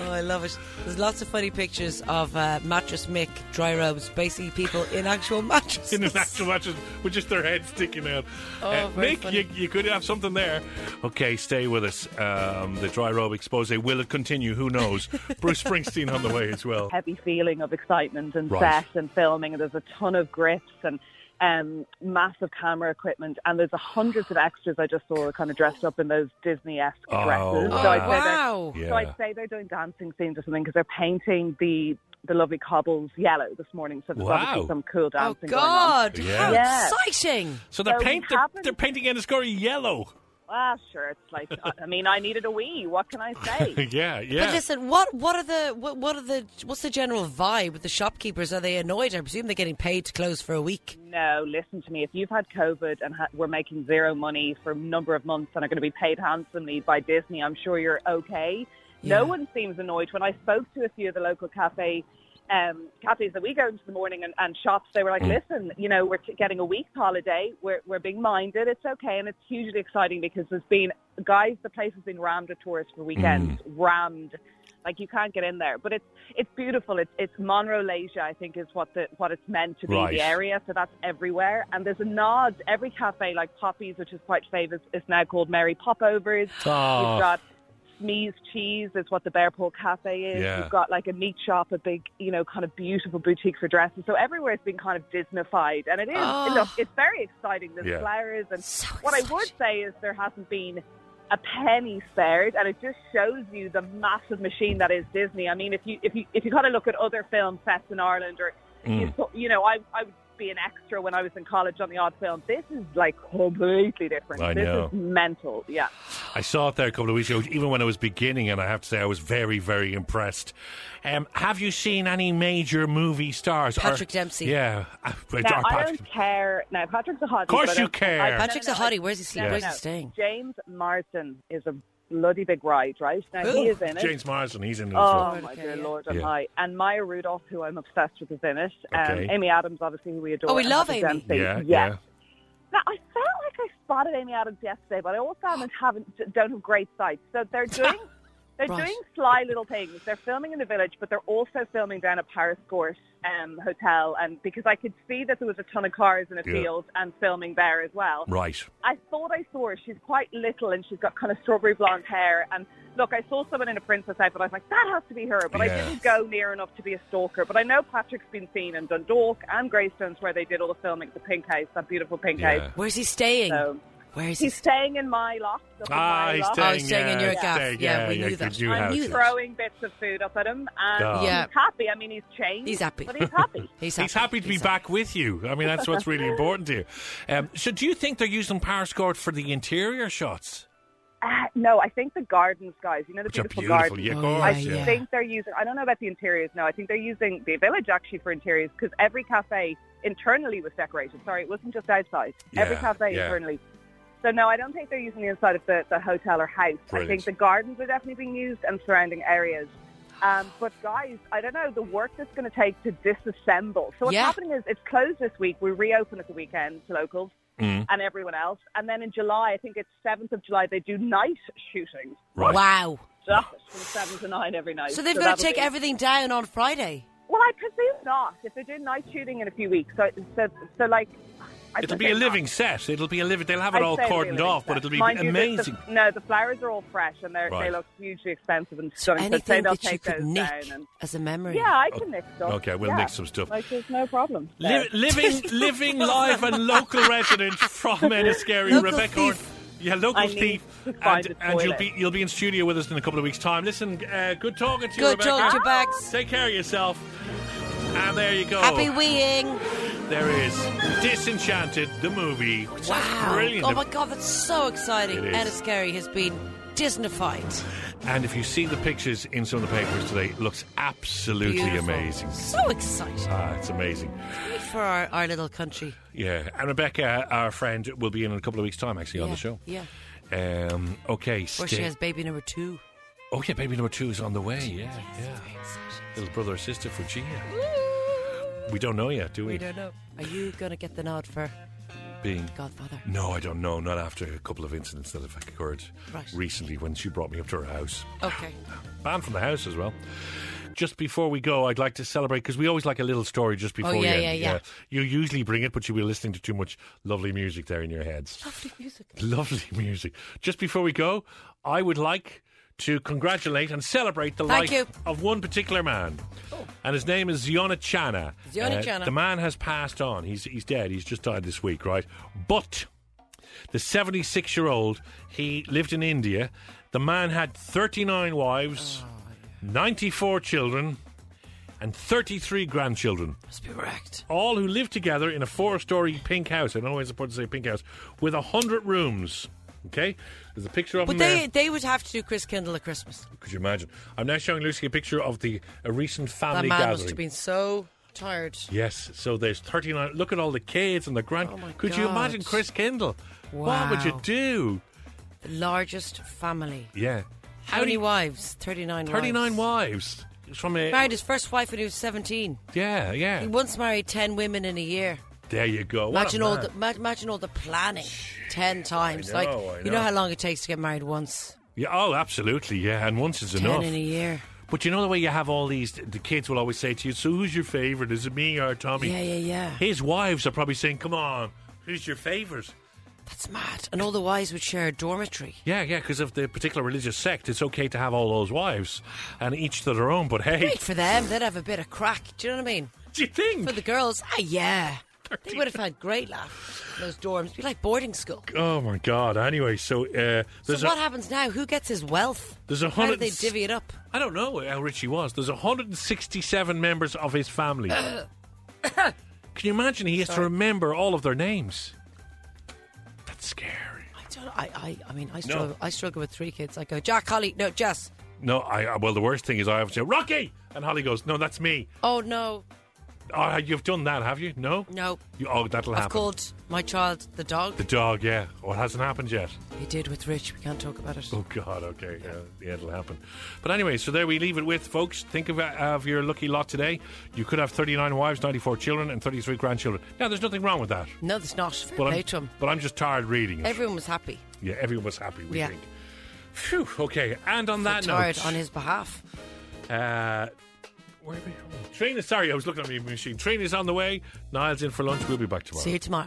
Oh, I love it. There's lots of funny pictures of uh, mattress Mick dry robes, basically people in actual [LAUGHS] mattresses. In an actual match with just their head sticking out. Uh, Oh, very Mick, funny. you, you could have something there. Okay, stay with us. Um, the dry robe expose. Will it continue? Who [LAUGHS] knows? Bruce Springsteen on the way as well. heavy feeling of excitement and Right. set and filming. And there's a ton of grips and um, massive camera equipment. And there's hundreds of extras I just saw kind of dressed up in those Disney-esque Oh, dresses. wow. So I'd say they're- Wow. So Yeah. I'd say they're doing dancing scenes or something because they're painting the the lovely cobbles yellow this morning. So there's Wow. obviously some cool dancing God, going on. how Yeah. exciting. So they're, So we paint, they're, haven't- they're painting Enniscorthy yellow. Ah, sure. It's [LAUGHS] like, I- I mean, I needed a wee. What can I say? yeah, yeah. But listen, what what are the what, what are the what's the general vibe with the shopkeepers? Are they annoyed? I presume they're getting paid to close for a week. No, listen to me. If you've had COVID and ha- we're making zero money for a number of months and are going to be paid handsomely by Disney, I'm sure you're okay. No Yeah. one seems annoyed. When I spoke to a few of the local cafe um, cafes that we go into the morning and, and shops, they were like, "Listen, you know, we're t- getting a week's holiday. We're we're being minded. It's okay, and it's hugely exciting because there's been guys. The place has been rammed with tourists for weekends, rammed." Like you can't get in there, but it's it's beautiful. It's it's Monrolasia, I think, is what the what it's meant to be Right. the area. So that's everywhere, and there's a nod. Every cafe, like Poppy's, which is quite famous, is now called Mary Popovers. Oh. You've got Smee's Cheese is what the Bearpaw Cafe is. Yeah. You've got like a meat shop, a big, you know, kind of beautiful boutique for dresses. So everywhere's been kind of Disneyfied, and it is. Oh. Look, it's very exciting. There's Yeah. flowers, and what I would say is there hasn't been a penny spared, and it just shows you the massive machine that is Disney. I mean, if you if you if you kind of look at other film sets in Ireland, or you, Mm. saw- you know, I I would be an extra when I was in college on the odd film. This is like completely different. I this know. is mental. Yeah. I saw it there a couple of weeks ago, even when it was beginning, and I have to say I was very, very impressed. Um, have you seen any major movie stars? Patrick Or- Dempsey. Yeah. Uh, or Now, I Patrick- don't care. Now, Patrick's a hottie. Of course but you I- care. I- no, Patrick's no, a no, hottie. I- Where's he sleep- where's he staying? James Marsden is a bloody big ride, right? Now he is in it. James Marsden, he's in it. as Oh well. my dear Lord Yeah. on high! And Maya Rudolph, who I'm obsessed with, is in it. Um, Okay. Amy Adams, obviously, who we adore. Oh, we and love Happy Amy. Dempsey. Yeah, Yes. yeah. Now I felt like I spotted Amy Adams yesterday, but I also haven't, haven't don't have great sight. So they're doing they're Right. doing sly little things. They're filming in the village, but they're also filming down at Paris Court um, Hotel, and because I could see that there was a ton of cars in a Yeah. field and filming there as well. Right. I thought I saw her. She's quite little and she's got kind of strawberry blonde hair. And look, I saw someone in a princess outfit. I was like, that has to be her. But I Yeah. didn't go near enough to be a stalker. But I know Patrick's been seen in Dundalk and Greystones where they did all the filming at the Pink House, that beautiful Pink Yeah. House. Where's he staying? Where is he? He's staying in my loft. up in Ah, my he's loft. staying, Oh, he's staying in yeah, your he's gaff. gaff. staying, Yeah, yeah, we yeah, knew that. you do I'm have that. throwing bits of food up at him, and Oh. he's Yeah. happy. I mean, he's changed. He's happy. But [LAUGHS] he's [LAUGHS] happy. He's happy, to be back with you. I mean, that's what's really important here. Um, so, do you think they're using Parascourt for the interior shots? Uh, no, I think the gardens, guys. You know the Which are beautiful, beautiful, gardens. yeah, of Oh, I course, yeah. think they're using. I don't know about the interiors. No, I think they're using the village actually for interiors because every cafe internally was decorated. Sorry, it wasn't just outside. every Yeah, cafe yeah. internally. So no, I don't think they're using the inside of the, the hotel or house. I think Brilliant. the gardens are definitely being used and surrounding areas. Um, but guys, I don't know the work that's going to take to disassemble. So what's Yeah. happening is it's closed this week. We reopen at the weekend to locals Mm-hmm. Mm. and everyone else. And then in July, I think it's 7th of July, they do night shootings. Right. Wow. Stop it, from 7 to 9 every night. So they've got to that'll take be- everything down on Friday. Well, I presume not, if they're doing night shooting in a few weeks. So, so, so like... I'd It'll say be a not. living set. It'll be a living. They'll have it I'd all say it'll be a cordoned living off, but set. it'll be Mind you, the- the- amazing. no, the flowers are all fresh and they're, they Right. look hugely expensive and stunning. So, say Anything they'll that you take those could nick down. And, as a memory. yeah, I Oh, can nick stuff. okay, we'll yeah. nick some stuff. Like, there's no problem. Li- [LAUGHS] living, living live and local resident from Enniskerry, Local thief. Rebecca. Horn. Yeah, local I need thief, to find and, a and you'll toilet. be you'll be in studio with us in a couple of weeks' time. Listen, uh, good talking to you, Good Rebecca. talking to you, Bax. Take care of yourself, and there you go. Happy weeing. There is Disenchanted, the movie. Which is Wow. brilliant. Oh my God, that's so exciting. It is. Anna Scary has been disnified. And if you see the pictures in some of the papers today, it looks absolutely Beautiful. amazing. So exciting. Ah, it's amazing. Good for our, our little country. Yeah. And Rebecca, our friend, will be in in a couple of weeks' time actually on Yeah, the show. Yeah. Um, okay. Where stay- she has baby number two. Oh yeah, baby number two is on the way. Yeah, yeah. Little brother or sister for Gia. We don't know yet, do we? We don't know. Are you going to get the nod for Being Godfather? no, I don't know. Not after a couple of incidents that have occurred Right. recently when she brought me up to her house. Okay. Banned from the house as well. Just before we go, I'd like to celebrate because we always like a little story just before we Oh, yeah, end. yeah, yeah. You usually bring it, but you were listening to too much lovely music there in your heads. Lovely music. [LAUGHS] Lovely music. Just before we go, I would like to congratulate and celebrate the life Thank you. Oh. of one particular man. And his name is Ziona Chana. Ziona Chana. Uh, The man has passed on. He's, he's dead. He's just died this week, right? But the 76 year old, he lived in India. The man had 39 Oh, wives, 94 children, and 33 grandchildren. Must be wrecked. All who lived together in a four story pink house. I know it's important to say pink house, with 100 rooms. Okay? There's a picture of But him they there. they would have to do Chris Kendall at Christmas. Could you imagine? I'm now showing Lucy a picture of the a recent family that man gathering. must have been so tired. Yes, so there's 39. Look at all the kids and the grand. Could you Oh God. imagine Chris Kendall? What would you Wow. do? The largest family. Yeah. How, many wives? 39 39 wives. wives. It's from a. Married his first wife when he was 17. [LAUGHS] Yeah, He yeah. once married 10 women in a year. There you go. What a Imagine all, man. the, ma- imagine all the planning 10 times. I like, know, I you know. know how long it takes to get married once? Yeah, oh, absolutely. Yeah, and once is 10 enough. in a year. But you know the way you have all these. The kids will always say to you, "So who's your favorite? Is it me or Tommy?" Yeah, yeah, yeah. His wives are probably saying, "Come on, who's your favorite?" That's mad. And all the wives would share a dormitory. Yeah, yeah, because of the particular religious sect, it's okay to have all those wives, and each to their own. But hey, Great for them. They'd have a bit of crack. Do you know what I mean? Do you think? For the girls, ah, yeah. They would have had great laugh in those dorms. It'd be like boarding school. oh my god. Anyway, so uh, So there's what a, happens now? Who gets his wealth? There's a How do hundred they and s- divvy it up? I don't know how rich he was. There's 167 members of his [COUGHS] family. Can [LAUGHS] you imagine? He has to Sorry. remember all of their names. That's scary. I don't. I. I, I mean, I struggle. I struggle with three kids. I go Jack, Holly, no, Jess. No, I I- well, the worst thing is I have to say Rocky, and Holly goes, "No, that's me." Oh no, Oh, you've done that, have you? No. No. You, oh, that'll I've happen. called my child the dog. The dog, yeah. Oh, it hasn't happened yet. He did with Rich. We can't talk about it. Oh God, okay, yeah, yeah, it'll happen. But anyway, so there we leave it with folks. Think of, uh, of your lucky lot today. You could have 39 wives, 94 children, and 33 grandchildren. Now, there's nothing wrong with that. No, there's not. Fair But play I'm, to him. but I'm just tired reading it. Everyone was happy. yeah, everyone was happy. We Yeah. think. Phew. Okay, and on that tired note, on his behalf. Uh, where are we? Train is sorry, I was looking at my machine. Train is on the way. Niall's in for lunch. We'll be back tomorrow. See you tomorrow.